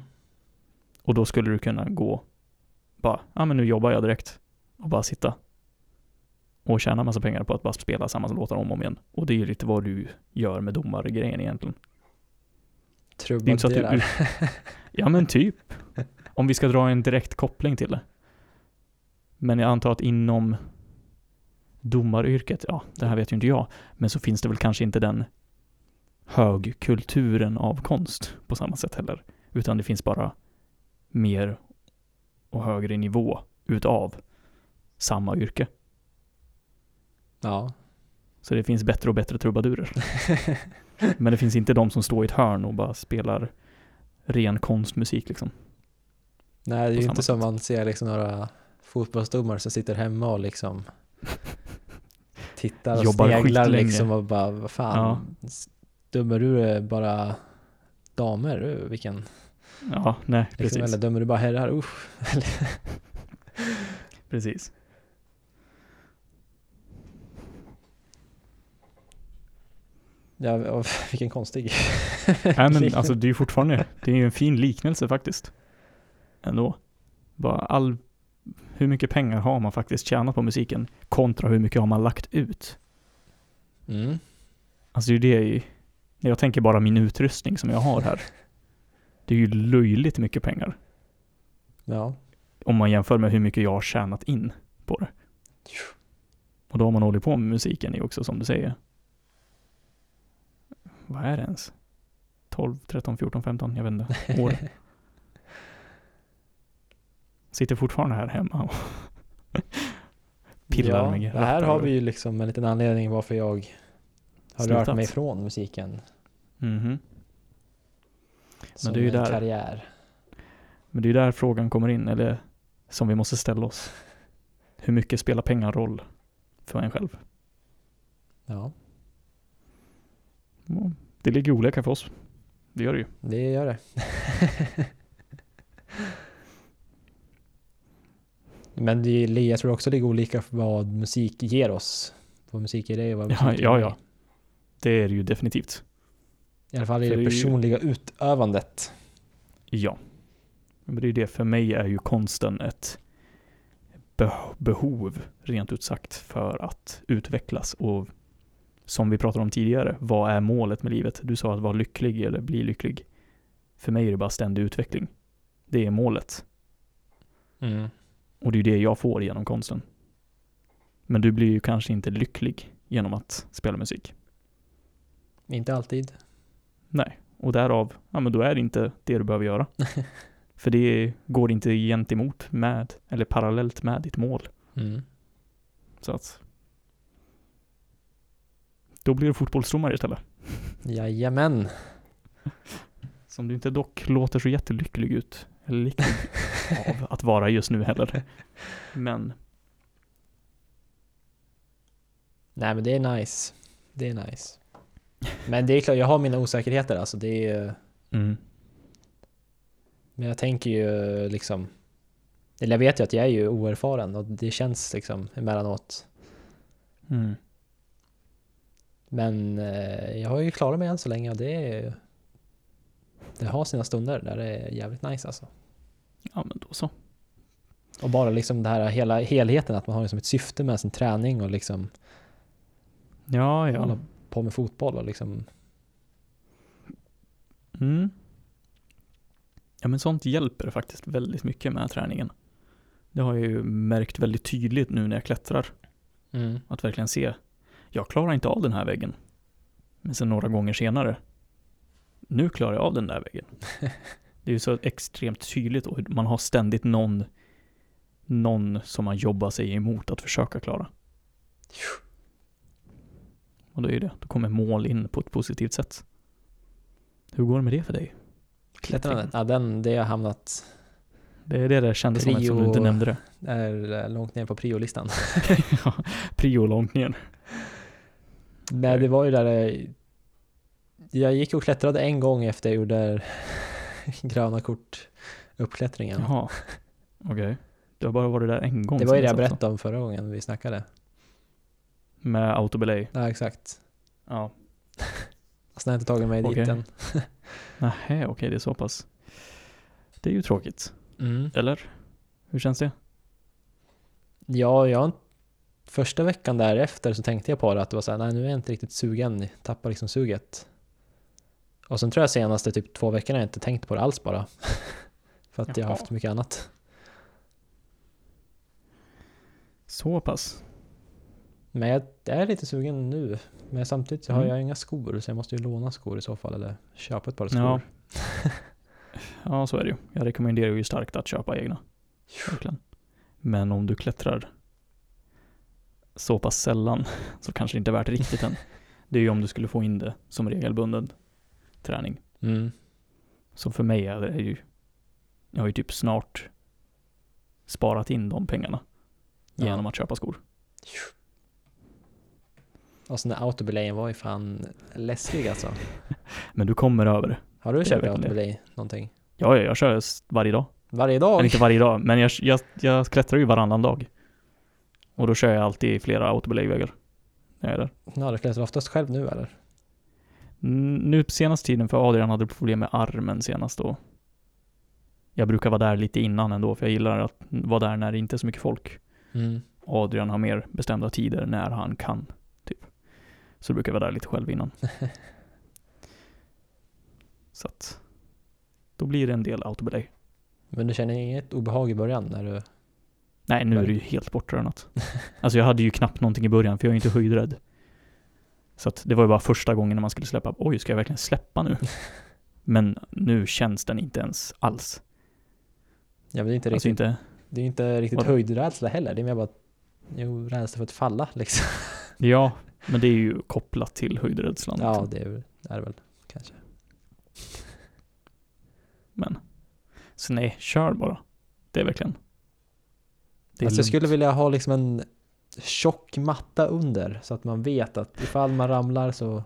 [SPEAKER 2] Och då skulle du kunna gå, bara, ja men nu jobbar jag direkt och bara sitta och tjäna massa pengar på att bara spela samma låtar om och om igen. Och det är ju lite vad du gör med domargrejen egentligen. Det är inte så att du...
[SPEAKER 1] Trubadurar.
[SPEAKER 2] <laughs> Ja men typ. Om vi ska dra en direkt koppling till det. Men jag antar att inom domaryrket, ja det här vet ju inte jag, men så finns det väl kanske inte den högkulturen av konst på samma sätt heller. Utan det finns bara mer och högre nivå utav samma yrke.
[SPEAKER 1] Ja.
[SPEAKER 2] Så det finns bättre och bättre trubadurer. Men det finns inte de som står i ett hörn och bara spelar ren konstmusik liksom.
[SPEAKER 1] Nej, det är
[SPEAKER 2] På
[SPEAKER 1] ju
[SPEAKER 2] samma
[SPEAKER 1] inte som
[SPEAKER 2] sätt.
[SPEAKER 1] man ser liksom några fotbollsdomare som sitter hemma och liksom tittar och
[SPEAKER 2] Jobbar
[SPEAKER 1] sneglar
[SPEAKER 2] skitlänge.
[SPEAKER 1] liksom och bara vad fan. Dömer du det bara damer? Uh, Vilken.
[SPEAKER 2] Ja, nej,
[SPEAKER 1] Liksom,
[SPEAKER 2] precis.
[SPEAKER 1] eller dömer du bara herrar? Usch.
[SPEAKER 2] Precis.
[SPEAKER 1] Ja, och <laughs> vilken konstig.
[SPEAKER 2] Nej
[SPEAKER 1] <laughs>
[SPEAKER 2] men
[SPEAKER 1] Liknelse.
[SPEAKER 2] alltså det är ju fortfarande, det är ju en fin liknelse faktiskt. Ändå. Bara all, hur mycket pengar har man faktiskt tjänat på musiken kontra hur mycket har man lagt ut?
[SPEAKER 1] Mm.
[SPEAKER 2] Alltså det är ju det, i- när jag tänker bara min utrustning som jag har här. Det är ju löjligt mycket pengar.
[SPEAKER 1] Ja.
[SPEAKER 2] Om man jämför med hur mycket jag har tjänat in på det. Och då har man hållit på med musiken i också som du säger. Vad är det ens? 12, 13, 14, 15, jag vet inte. År. Sitter fortfarande här hemma och Pillar
[SPEAKER 1] ja,
[SPEAKER 2] med
[SPEAKER 1] det här
[SPEAKER 2] rattar
[SPEAKER 1] har
[SPEAKER 2] och-
[SPEAKER 1] vi ju liksom en liten anledning varför jag har
[SPEAKER 2] Slutat.
[SPEAKER 1] rört mig ifrån musiken.
[SPEAKER 2] Mhm.
[SPEAKER 1] Som
[SPEAKER 2] det är ju
[SPEAKER 1] en
[SPEAKER 2] där.
[SPEAKER 1] karriär.
[SPEAKER 2] Men det är ju där frågan kommer in, eller som vi måste ställa oss. Hur mycket spelar pengar roll för en själv?
[SPEAKER 1] Ja,
[SPEAKER 2] Ja, Mm. Det ligger olika för oss. Det gör det ju.
[SPEAKER 1] det gör det. <laughs> Men det, är- jag tror också det går olika för vad musik ger oss. Vad musik ger dig och vad musik
[SPEAKER 2] Ja,
[SPEAKER 1] ger
[SPEAKER 2] ja,
[SPEAKER 1] mig.
[SPEAKER 2] ja. Det är det ju definitivt.
[SPEAKER 1] I alla fall i
[SPEAKER 2] För
[SPEAKER 1] det
[SPEAKER 2] det är ju-
[SPEAKER 1] personliga utövandet.
[SPEAKER 2] Ja. Men det är ju det, för mig är ju konsten ett beh- behov, rent ut sagt, för att utvecklas. Och som vi pratade om tidigare, vad är målet med livet? Du sa att vara lycklig eller bli lycklig. För mig är det bara ständig utveckling. Det är målet. Och det är ju det jag får genom konsten. Men du blir ju kanske inte lycklig genom att spela musik.
[SPEAKER 1] Inte alltid.
[SPEAKER 2] Nej, och därav, ja men då är det inte det du behöver <laughs> göra. För det går inte gentemot med, eller parallellt med ditt mål. Så att då blir du fotbollsdomare istället.
[SPEAKER 1] Jajamän.
[SPEAKER 2] Som du inte dock låter så jättelycklig ut, eller lycklig <laughs> av att vara just nu heller. Men
[SPEAKER 1] Nej men det är nice. Det är nice. Men det är klart, jag har mina osäkerheter alltså. Det är,
[SPEAKER 2] mm,
[SPEAKER 1] men jag tänker ju liksom. Eller jag vet ju att jag är ju oerfaren och det känns liksom emellanåt.
[SPEAKER 2] mm,
[SPEAKER 1] Men eh, jag har ju klarat mig än så länge och det är Det har sina stunder där det är jävligt nice alltså.
[SPEAKER 2] ja men då så.
[SPEAKER 1] Och bara liksom det här hela helheten att man har liksom ett syfte med sin träning och liksom
[SPEAKER 2] Ja, ja.
[SPEAKER 1] hålla på med fotboll och liksom
[SPEAKER 2] Mm. Ja men sånt hjälper faktiskt väldigt mycket med träningen. Det har jag ju märkt väldigt tydligt nu när jag klättrar. Att verkligen se, jag klarar inte av den här väggen. Men sen några gånger senare, nu klarar jag av den där
[SPEAKER 1] <laughs>
[SPEAKER 2] väggen. Det är ju så extremt tydligt och man har ständigt någon, någon som man jobbar sig emot att försöka klara. Och då är det, då kommer mål in på ett positivt sätt. Hur går det med det för dig?
[SPEAKER 1] Klättrandet? Ja, den, det har hamnat
[SPEAKER 2] Det är det det kändes som eftersom du inte
[SPEAKER 1] Prio-
[SPEAKER 2] nämnde
[SPEAKER 1] <laughs>
[SPEAKER 2] det.
[SPEAKER 1] är eh, långt ner på priolistan.
[SPEAKER 2] Ja, Priolångningen.
[SPEAKER 1] Nej, det var ju där eh, jag gick och klättrade en gång efter jag gjorde <laughs> gröna kort uppklättringen.
[SPEAKER 2] Jaha. Okej. Du har bara varit där en gång.
[SPEAKER 1] det var ju
[SPEAKER 2] sen
[SPEAKER 1] det jag
[SPEAKER 2] dess alltså.
[SPEAKER 1] berättade om förra gången vi snackade.
[SPEAKER 2] Med autobelay.
[SPEAKER 1] Ja, exakt.
[SPEAKER 2] Ja.
[SPEAKER 1] Alltså, jag har inte tagit mig
[SPEAKER 2] Okej.
[SPEAKER 1] dit än.
[SPEAKER 2] Nähä, okej det är så pass. Det är ju tråkigt.
[SPEAKER 1] Mm.
[SPEAKER 2] Eller? Hur känns det?
[SPEAKER 1] Ja, jag, första veckan därefter så tänkte jag på det att det var så här, nej nu är jag inte riktigt sugen, jag tappar liksom suget. Och sen tror jag senaste typ två veckorna har jag inte tänkt på det alls bara. <laughs> För att jag har
[SPEAKER 2] Jaha.
[SPEAKER 1] haft mycket annat.
[SPEAKER 2] Så pass?
[SPEAKER 1] Men jag är lite sugen nu. Men samtidigt har
[SPEAKER 2] Mm.
[SPEAKER 1] jag inga skor så jag måste ju låna skor i så fall eller köpa ett par skor.
[SPEAKER 2] Ja. Ja, så är det ju. Jag rekommenderar ju starkt att köpa egna. Verkligen. Men om du klättrar så pass sällan <laughs> så kanske det inte är värt riktigt än. Det är ju om du skulle få in det som regelbunden träning.
[SPEAKER 1] Mm.
[SPEAKER 2] Så för mig är det ju, jag har ju typ snart sparat in de pengarna
[SPEAKER 1] Ja.
[SPEAKER 2] genom att köpa skor.
[SPEAKER 1] Och sen den där autobelayen var ju fan läskig alltså.
[SPEAKER 2] Men du kommer över det.
[SPEAKER 1] Har du
[SPEAKER 2] Det är
[SPEAKER 1] köpt
[SPEAKER 2] verkligen det.
[SPEAKER 1] autobelay någonting?
[SPEAKER 2] Ja, ja, jag kör s- varje dag.
[SPEAKER 1] Varje dag?
[SPEAKER 2] Eller inte varje dag, men jag, jag, jag klättrar ju varannan dag. Och då kör jag alltid flera autobeläggvägar. när jag är där.
[SPEAKER 1] Ja, du klättrar oftast själv nu eller?
[SPEAKER 2] Mm, Nu på senaste tiden, för Adrian hade problem med armen senast då. Jag brukar vara där lite innan ändå, för jag gillar att vara där när det inte är så mycket folk.
[SPEAKER 1] Mm.
[SPEAKER 2] Adrian har mer bestämda tider när han kan, typ. Så brukar jag vara där lite själv innan. så att, då blir det en del autobelay.
[SPEAKER 1] Men du känner inget obehag i början när du...
[SPEAKER 2] Nej, nu är det ju helt bortrönat. Alltså jag hade ju knappt någonting i början, för jag är ju inte höjdrädd. Så att det var ju bara första gången när man skulle släppa, oj, ska jag verkligen
[SPEAKER 1] <laughs>
[SPEAKER 2] släppa nu? Men nu känns den inte ens alls.
[SPEAKER 1] Ja, men det är inte
[SPEAKER 2] Alltså
[SPEAKER 1] riktigt
[SPEAKER 2] inte,
[SPEAKER 1] Det är ju inte riktigt
[SPEAKER 2] Vadå?
[SPEAKER 1] höjdrädsla heller. Det är mer bara jo, rädsla för att falla liksom.
[SPEAKER 2] Ja, men det är ju kopplat till höjdrädslan.
[SPEAKER 1] Ja,
[SPEAKER 2] liksom.
[SPEAKER 1] det är väl- är det väl kanske.
[SPEAKER 2] Men. Så nej, kör bara. Det är verkligen. Det är
[SPEAKER 1] Alltså jag
[SPEAKER 2] lugnt.
[SPEAKER 1] skulle vilja ha liksom en tjock matta under så att man vet att ifall man ramlar så...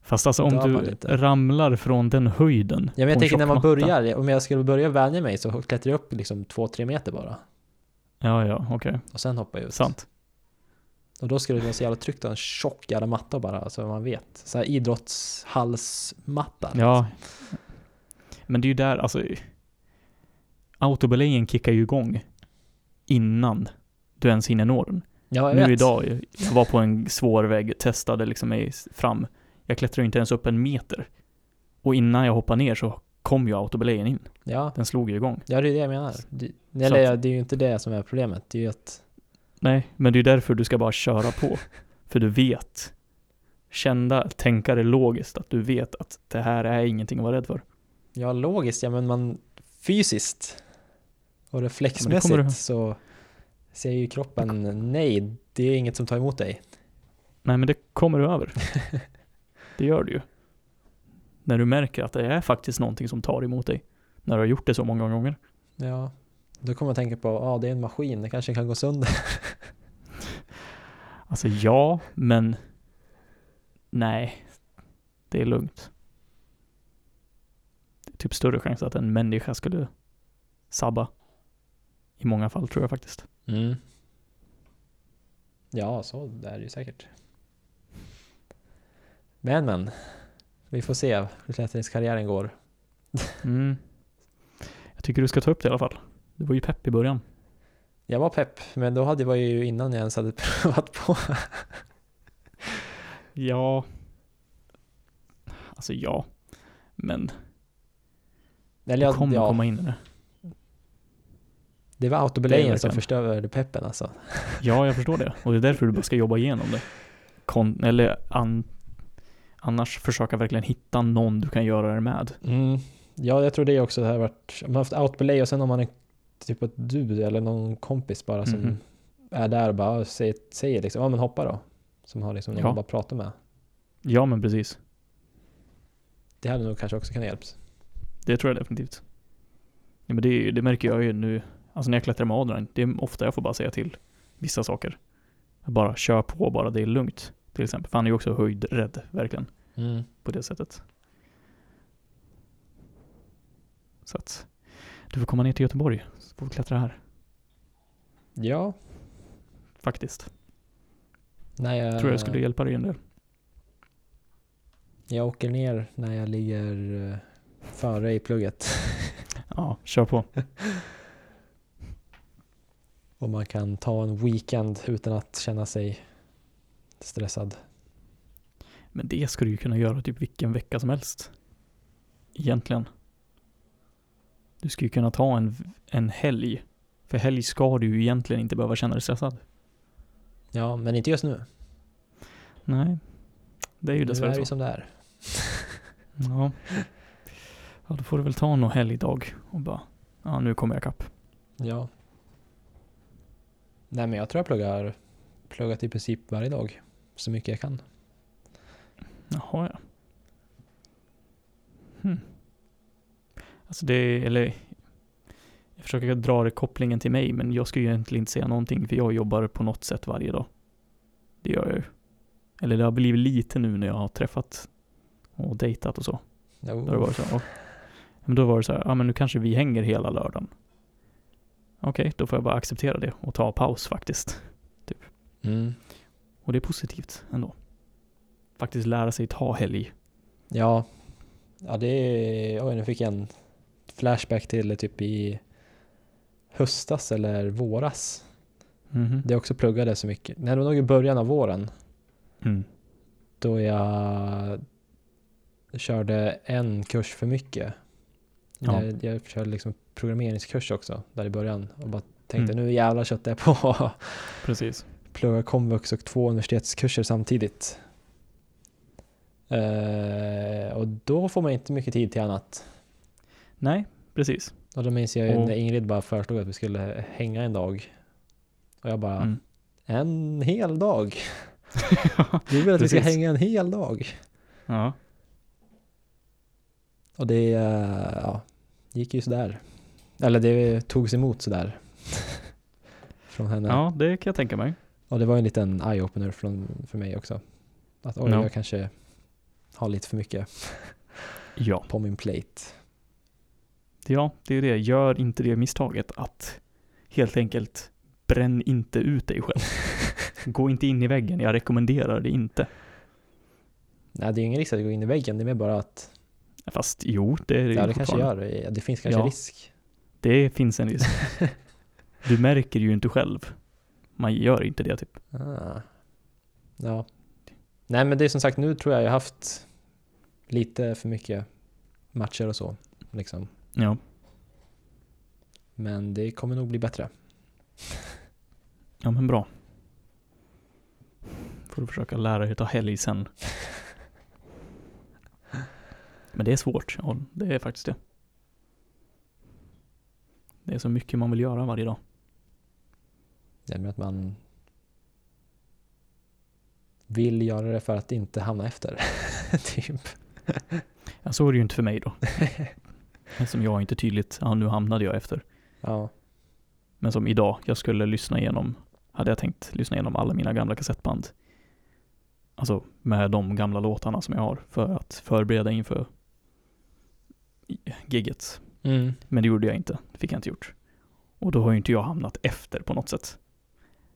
[SPEAKER 2] Fast alltså om
[SPEAKER 1] dör man
[SPEAKER 2] du
[SPEAKER 1] inte.
[SPEAKER 2] ramlar från den höjden.
[SPEAKER 1] Ja, men jag
[SPEAKER 2] på en
[SPEAKER 1] tänker när
[SPEAKER 2] tjock
[SPEAKER 1] man
[SPEAKER 2] matta.
[SPEAKER 1] börjar, om jag skulle börja vänja mig så klättrar jag upp liksom två, tre meter bara.
[SPEAKER 2] Ja, ja, okej.
[SPEAKER 1] Och sen hoppar jag ut.
[SPEAKER 2] Sant.
[SPEAKER 1] Och då skulle det vara så jävla tryggt att ha en tjock jävla matta bara, så man vet. Så här idrottshalsmatta.
[SPEAKER 2] Ja.
[SPEAKER 1] liksom-
[SPEAKER 2] Men det är ju där, alltså. Autobelayen kickar ju igång innan du ens hinner nå den.
[SPEAKER 1] ja jag
[SPEAKER 2] nu
[SPEAKER 1] vet.
[SPEAKER 2] idag, jag var på en svår vägg, testade liksom mig fram. Jag klättrade ju inte ens upp en meter. Och innan jag hoppade ner så kom ju autobelayen in.
[SPEAKER 1] Ja.
[SPEAKER 2] Den slog ju igång.
[SPEAKER 1] ja, det är det jag menar. Det, eller ja, det är ju inte det som är problemet. Det är ju att...
[SPEAKER 2] Nej, men det är därför du ska bara köra
[SPEAKER 1] <laughs>
[SPEAKER 2] på. För du vet. Kända, tänka det logiskt, att du vet att det här är ingenting att vara rädd för.
[SPEAKER 1] Ja, logiskt, ja men man fysiskt och reflexmässigt
[SPEAKER 2] kommer du-
[SPEAKER 1] så säger ju kroppen nej, det är inget som tar emot dig.
[SPEAKER 2] Nej, men det kommer du över. det gör du ju. När du märker att det är faktiskt någonting som tar emot dig. När du har gjort det så många gånger.
[SPEAKER 1] Ja, då kommer man tänka på, ja ah, det är en maskin, det kanske kan gå sönder.
[SPEAKER 2] Alltså ja, men nej. Det är lugnt. Det är typ större chans att en människa skulle sabba. I många fall tror jag faktiskt.
[SPEAKER 1] Ja, så det är det ju säkert. Men men, vi får se hur klättringskarriären går.
[SPEAKER 2] Mm. Jag tycker du ska ta upp det i alla fall. Du var ju pepp i början.
[SPEAKER 1] Jag var pepp, men då hade jag ju innan jag ens hade <laughs> provat på.
[SPEAKER 2] Ja. Alltså ja. Men
[SPEAKER 1] Eller
[SPEAKER 2] du
[SPEAKER 1] jag,
[SPEAKER 2] kommer
[SPEAKER 1] ja,
[SPEAKER 2] komma in i det.
[SPEAKER 1] det var
[SPEAKER 2] Det är
[SPEAKER 1] autobelayen som
[SPEAKER 2] verkligen-
[SPEAKER 1] förstörde peppen alltså.
[SPEAKER 2] Ja, jag förstår det. Och det är därför du bara ska jobba igenom det. Kon- eller an- annars försöka verkligen hitta någon du kan göra det med.
[SPEAKER 1] Mm. Ja, jag tror det också. Det har varit, man har haft outbelay och sen har man en, typ ett du eller någon kompis bara som
[SPEAKER 2] Mhm.
[SPEAKER 1] är där och bara säger, säger liksom, ja men hoppa då. Som har liksom någon
[SPEAKER 2] Ja.
[SPEAKER 1] att bara prata med.
[SPEAKER 2] Ja, men precis.
[SPEAKER 1] Det hade nog kanske också kunnat hjälpt.
[SPEAKER 2] Det tror jag definitivt. Ja, men det, är ju- det märker jag ju nu. Alltså när jag klättrar med Adrian, det är ofta jag får bara säga till vissa saker. Jag bara kör på bara, det är lugnt. Till exempel. För han är ju också höjdrädd, verkligen. På det sättet. Så att du får komma ner till Göteborg, så får vi klättra här.
[SPEAKER 1] Ja,
[SPEAKER 2] Faktiskt.
[SPEAKER 1] när jag,
[SPEAKER 2] Jag tror jag skulle hjälpa dig en del.
[SPEAKER 1] jag åker ner när jag ligger eh, före i plugget
[SPEAKER 2] Ja, kör på.
[SPEAKER 1] och man kan ta en weekend utan att känna sig stressad.
[SPEAKER 2] Men det ska du ju kunna göra typ vilken vecka som helst. Egentligen. Du ska ju kunna ta en, en helg. För helg ska du ju egentligen inte behöva känna dig stressad.
[SPEAKER 1] Ja, men inte just nu.
[SPEAKER 2] Nej. Det är ju
[SPEAKER 1] Nu är
[SPEAKER 2] dessvärre
[SPEAKER 1] det ju
[SPEAKER 2] så.
[SPEAKER 1] som det är.
[SPEAKER 2] Ja. ja, då får du väl ta någon helgdag och bara, ja nu kommer jag kapp.
[SPEAKER 1] Ja. Nej men jag tror jag pluggar, pluggat i princip varje dag. Så mycket jag kan.
[SPEAKER 2] Jaha ja. Hmm. Alltså det, eller jag försöker dra det kopplingen till mig, men jag ska ju egentligen inte säga någonting, för jag jobbar på något sätt varje dag. Det gör jag ju. Eller det har blivit lite nu när jag har träffat och dejtat och så.
[SPEAKER 1] Jo.
[SPEAKER 2] Då har det varit så här, "Ja." men då var det så här, ja men nu kanske vi hänger hela lördagen. Okej, då får jag bara acceptera det och ta paus faktiskt.
[SPEAKER 1] Mm.
[SPEAKER 2] Och det är positivt ändå. Faktiskt lära sig ta helg.
[SPEAKER 1] Ja. Ja det är, oj nu fick jag en flashback till typ i höstas eller våras.
[SPEAKER 2] Mhm.
[SPEAKER 1] Det jag också pluggade så mycket. Nej det var nog i början av våren.
[SPEAKER 2] Mm.
[SPEAKER 1] Då jag körde en kurs för mycket.
[SPEAKER 2] Ja.
[SPEAKER 1] Jag, jag körde liksom programmeringskurs också där i början. Och bara tänkte
[SPEAKER 2] Mm.
[SPEAKER 1] nu jävlar köttar jag på.
[SPEAKER 2] Precis.
[SPEAKER 1] pluggar komvux och två universitetskurser samtidigt. Eh, och då får man inte mycket tid till annat.
[SPEAKER 2] Nej, precis.
[SPEAKER 1] Och då minns jag ju
[SPEAKER 2] Och-
[SPEAKER 1] när Ingrid bara föreslog att vi skulle hänga en dag. Och jag bara,
[SPEAKER 2] Mm.
[SPEAKER 1] en hel
[SPEAKER 2] <laughs>
[SPEAKER 1] dag? Du vill att vi ska
[SPEAKER 2] Precis.
[SPEAKER 1] hänga en hel dag?
[SPEAKER 2] Ja.
[SPEAKER 1] Och det eh, ja, gick ju sådär. Eller det togs emot sådär. <laughs> från henne.
[SPEAKER 2] ja, det kan jag tänka mig.
[SPEAKER 1] Och det var en liten eye-opener från, för mig också. Att oj,
[SPEAKER 2] Ja.
[SPEAKER 1] jag kanske har lite för mycket
[SPEAKER 2] Ja.
[SPEAKER 1] på min plate.
[SPEAKER 2] Ja, det är det. Gör inte det misstaget att helt enkelt bränn inte ut
[SPEAKER 1] <laughs>
[SPEAKER 2] dig själv. Gå inte in i väggen, jag rekommenderar det inte.
[SPEAKER 1] Nej, det är ju ingen risk att gå in i väggen. Det är mer bara att
[SPEAKER 2] Fast jo, det är det,
[SPEAKER 1] ja,
[SPEAKER 2] ju
[SPEAKER 1] det kanske
[SPEAKER 2] fortfarande.
[SPEAKER 1] gör. det. Det finns kanske
[SPEAKER 2] Ja.
[SPEAKER 1] risk.
[SPEAKER 2] Det finns
[SPEAKER 1] <laughs>
[SPEAKER 2] en risk. Du märker ju inte själv. Man gör inte det typ.
[SPEAKER 1] Ah. Ja. Nej, men det är som sagt, nu tror jag jag har haft lite för mycket matcher och så. Liksom.
[SPEAKER 2] Ja.
[SPEAKER 1] Men det kommer nog bli bättre.
[SPEAKER 2] Ja men bra. Får du försöka lära dig att ta helg sen. Men det är svårt, ja det är faktiskt det. Det är så mycket man vill göra varje dag.
[SPEAKER 1] Nej, men att man vill göra det för att inte hamna efter. <laughs> typ.
[SPEAKER 2] Ja, så är det ju inte för mig då. Som jag inte tydligt, ja nu hamnade jag efter.
[SPEAKER 1] Ja.
[SPEAKER 2] Men som idag, jag skulle lyssna igenom, hade jag tänkt lyssna igenom alla mina gamla kassettband. Alltså med de gamla låtarna som jag har för att förbereda inför gigget.
[SPEAKER 1] Mm.
[SPEAKER 2] Men det gjorde jag inte, det fick jag inte gjort. Och då har ju inte jag hamnat efter på något sätt.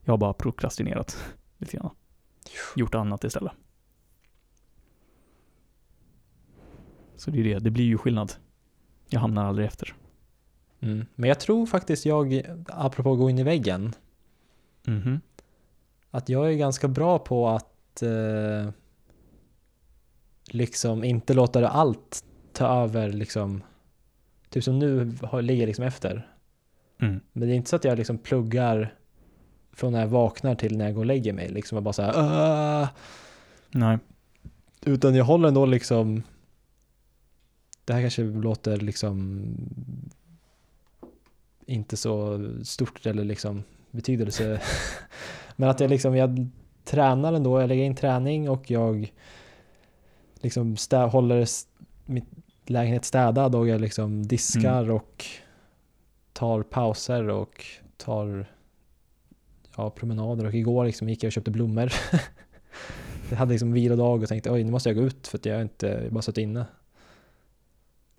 [SPEAKER 2] Jag har bara prokrastinerat <laughs> lite grann. Gjort annat istället. Så det är det, det blir ju skillnad. Jag hamnar aldrig efter.
[SPEAKER 1] Mm. Men jag tror faktiskt jag, apropå att gå in i väggen,
[SPEAKER 2] Mhm.
[SPEAKER 1] att jag är ganska bra på att eh, liksom inte låta det allt ta över liksom. Typ som nu har, ligger jag liksom efter.
[SPEAKER 2] Mm.
[SPEAKER 1] Men det är inte så att jag liksom pluggar från när jag vaknar till när jag går och lägger mig. Liksom jag bara så här, "Ah!"
[SPEAKER 2] Nej.
[SPEAKER 1] utan jag håller ändå liksom. Det här kanske låter liksom inte så stort eller liksom betydelse. <laughs> Men att jag liksom, jag tränar ändå, jag lägger in träning och jag liksom stä- håller s- mitt lägenhet städad och jag liksom diskar och tar pauser och tar ja, promenader och igår liksom gick jag och köpte blommor. <laughs> jag hade liksom vilodag och tänkte oj nu måste jag gå ut för att jag har inte jag har bara suttit inne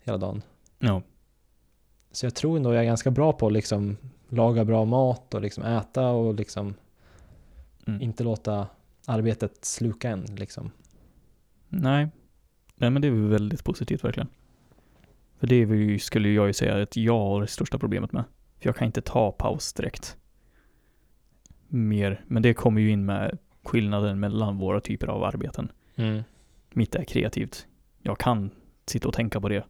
[SPEAKER 1] hela dagen.
[SPEAKER 2] Ja.
[SPEAKER 1] Så jag tror ändå jag är ganska bra på att liksom laga bra mat och liksom äta och liksom
[SPEAKER 2] Mm.
[SPEAKER 1] inte låta arbetet sluka en. Liksom.
[SPEAKER 2] Nej. Nej men det är väl väldigt positivt verkligen. För det är väl, skulle jag ju säga att jag har det största problemet med. För jag kan inte ta paus direkt. Mer, men det kommer ju in med skillnaden mellan våra typer av arbeten. Mitt är kreativt. Jag kan sitta och tänka på det.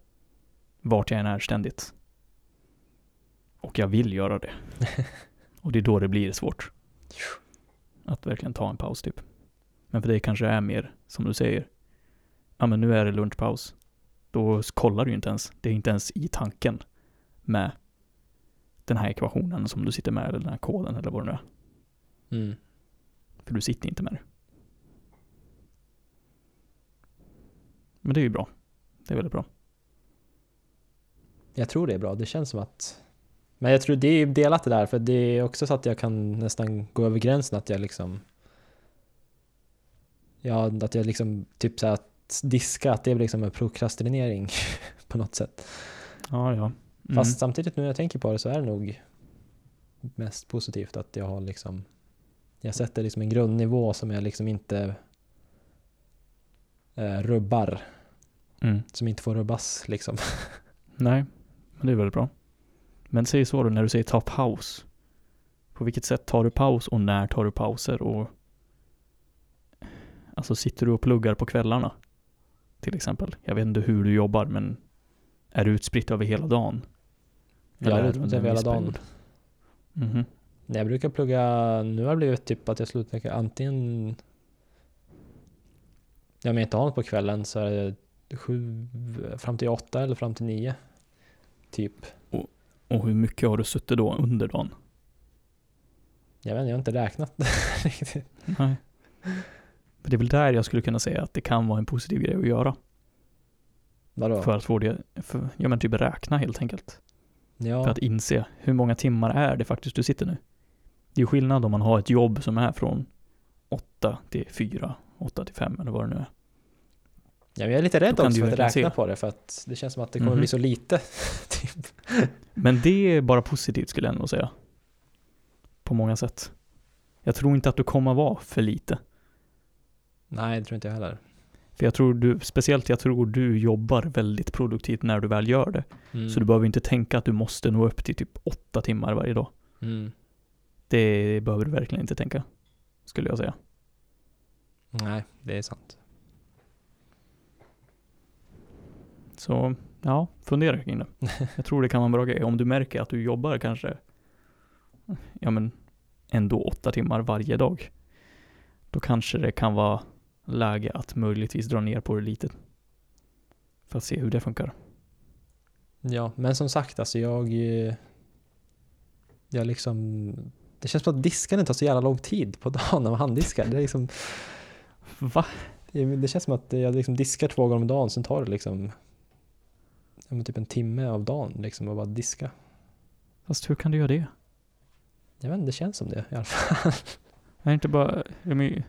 [SPEAKER 2] Vart jag än är ständigt. Och jag vill göra det. och det är då det blir svårt. Att verkligen ta en paus typ. Men för dig kanske det är mer, som du säger. Ja men nu är det lunchpaus. Då s- kollar du ju inte ens. Det är inte ens i tanken med den här ekvationen som du sitter med eller den här koden eller vad det nu är.
[SPEAKER 1] Mm.
[SPEAKER 2] För du sitter inte med det. Men det är ju bra. Det är väldigt bra.
[SPEAKER 1] Jag tror det är bra, det känns som att men jag tror det är delat det där, för det är också så att jag kan nästan gå över gränsen att jag liksom Ja, att jag liksom typ så här att diska, att det är liksom en prokrastinering <laughs> på något sätt.
[SPEAKER 2] Ja, ja. Mm.
[SPEAKER 1] Fast samtidigt nu när jag tänker på det så är det nog mest positivt att jag har liksom Jag sätter liksom en grundnivå som jag liksom inte eh, rubbar,
[SPEAKER 2] Mm.
[SPEAKER 1] som inte får rubbas liksom. <laughs>
[SPEAKER 2] Nej, men det är väldigt bra. Men säg så då, när du säger ta paus. På vilket sätt tar du paus och när tar du pauser? Och... Alltså sitter du och pluggar på kvällarna? Till exempel. Jag vet inte hur du jobbar, men är det utspritt över hela dagen?
[SPEAKER 1] Jag
[SPEAKER 2] Eller
[SPEAKER 1] har
[SPEAKER 2] är det
[SPEAKER 1] utspritt
[SPEAKER 2] under en
[SPEAKER 1] över hela
[SPEAKER 2] viss
[SPEAKER 1] dagen.
[SPEAKER 2] period? Mhm.
[SPEAKER 1] Nej, jag brukar plugga, nu har det blivit typ att jag slutar antingen om jag inte har något på kvällen så är det sju, fram till åtta eller fram till nio. Typ.
[SPEAKER 2] Och hur mycket har du suttit då under dagen?
[SPEAKER 1] Jag vet inte, jag har inte räknat <laughs> riktigt.
[SPEAKER 2] Nej. Men det är väl där jag skulle kunna säga att det kan vara en positiv grej att göra.
[SPEAKER 1] Vadå?
[SPEAKER 2] För att få det, för, ja men typ räkna helt enkelt.
[SPEAKER 1] ja,
[SPEAKER 2] För att inse hur många timmar är det faktiskt du sitter nu. Det är ju skillnad om man har ett jobb som är från 8 till 4, 8 till 5 eller vad det nu är.
[SPEAKER 1] ja, men jag är lite rädd
[SPEAKER 2] Då kan
[SPEAKER 1] också
[SPEAKER 2] du
[SPEAKER 1] för att
[SPEAKER 2] verkligen
[SPEAKER 1] räkna
[SPEAKER 2] se.
[SPEAKER 1] på det för att det känns som att det kommer
[SPEAKER 2] Mhm.
[SPEAKER 1] bli så lite. typ.
[SPEAKER 2] Men det är bara positivt skulle jag ändå säga. På många sätt. Jag tror inte att du kommer vara för lite.
[SPEAKER 1] Nej, det tror inte jag heller.
[SPEAKER 2] För jag tror du, speciellt jag tror du jobbar väldigt produktivt när du väl gör det.
[SPEAKER 1] Mm.
[SPEAKER 2] Så du behöver inte tänka att du måste nå upp till typ 8 timmar varje dag.
[SPEAKER 1] mm.
[SPEAKER 2] Det behöver du verkligen inte tänka. Skulle jag säga.
[SPEAKER 1] Nej, det är sant.
[SPEAKER 2] Så ja, fundera kring det. Jag tror det kan vara en bra grej. Om du märker att du jobbar kanske, ja men ändå åtta timmar varje dag. Då kanske det kan vara läge att möjligtvis dra ner på det lite. För att se hur det funkar.
[SPEAKER 1] Ja, men som sagt alltså jag... eh, Jag liksom... Det känns som att diskandet tar så jävla lång tid på <laughs> dagen när man handdiskar. Det, är liksom,
[SPEAKER 2] Va?
[SPEAKER 1] ja, men det känns som att jag liksom diskar två gånger om dagen, sen tar det liksom... Ja, men typ en timme av dagen liksom att bara diska.
[SPEAKER 2] Fast hur kan du göra det?
[SPEAKER 1] Jag vet inte, det känns som det i alla fall. <laughs>
[SPEAKER 2] Är inte bara, jag men,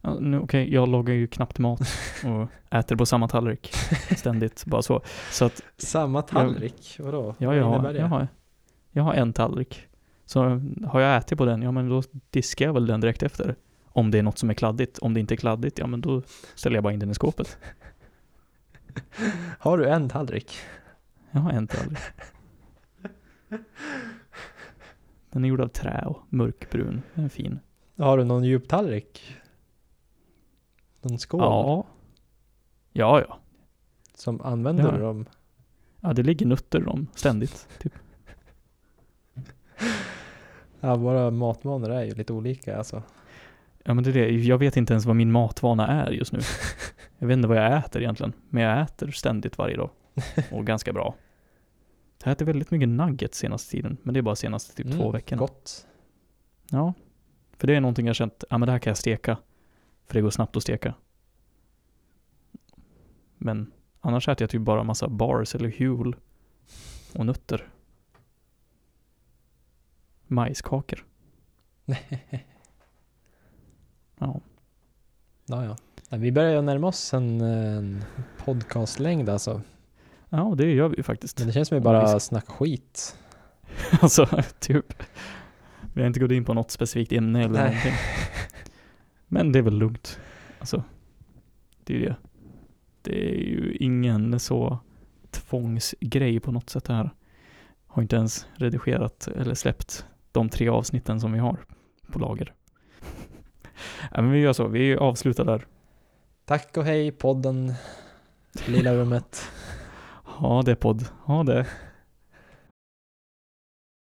[SPEAKER 2] ja, nu, okej, jag lagar ju knappt mat
[SPEAKER 1] <laughs>
[SPEAKER 2] och äter på samma tallrik ständigt. bara så. Så att
[SPEAKER 1] Samma tallrik, vadå?
[SPEAKER 2] Ja,
[SPEAKER 1] Vad
[SPEAKER 2] jag har,
[SPEAKER 1] innebär det?
[SPEAKER 2] jag, har, jag har en tallrik. Så har jag ätit på den, ja men då diskar jag väl den direkt efter. Om det är något som är kladdigt. Om det inte är kladdigt, ja men då ställer jag bara in den i skåpet.
[SPEAKER 1] Har du en tallrik?
[SPEAKER 2] Jag har en tallrik. Den är gjord av trä och mörkbrun. Den är fin.
[SPEAKER 1] Har du någon djup tallrik? Någon skål?
[SPEAKER 2] Ja. Ja, ja.
[SPEAKER 1] Som använder
[SPEAKER 2] Ja.
[SPEAKER 1] du dem?
[SPEAKER 2] Ja, det ligger nötter i dem ständigt. Typ.
[SPEAKER 1] Ja, våra matvanor är ju lite olika alltså.
[SPEAKER 2] Ja, men det är det. Jag vet inte ens vad min matvana är just nu. Jag vet inte vad jag äter egentligen. Men jag äter ständigt varje dag. Och ganska bra. Jag äter väldigt mycket nuggets senaste tiden. Men det är bara senaste typ två
[SPEAKER 1] Mm,
[SPEAKER 2] veckorna.
[SPEAKER 1] Gott.
[SPEAKER 2] Ja. För det är någonting jag känt, ja men det här kan jag steka. För det går snabbt att steka. Men annars äter jag typ bara massa bars eller hjul. Och nötter. Majskakor. Ja.
[SPEAKER 1] Ja, ja. Nej, Vi börjar ju närma oss en, en podcastlängd alltså.
[SPEAKER 2] Ja, det gör vi ju faktiskt.
[SPEAKER 1] Men det känns som att vi
[SPEAKER 2] Om vi
[SPEAKER 1] bara
[SPEAKER 2] ska-
[SPEAKER 1] snackar skit.
[SPEAKER 2] <laughs> Alltså, typ. Vi har inte gått in på något specifikt ämne eller
[SPEAKER 1] Nej.
[SPEAKER 2] någonting. Men det är väl lugnt. Alltså, det är ju det. Det är ju ingen så tvångsgrej på något sätt det här. Har inte ens redigerat eller släppt de tre avsnitten som vi har på lager. <laughs> ja, men vi gör så, vi avslutar där.
[SPEAKER 1] Tack och hej podden, lilla rummet.
[SPEAKER 2] Ha det podd, ha det.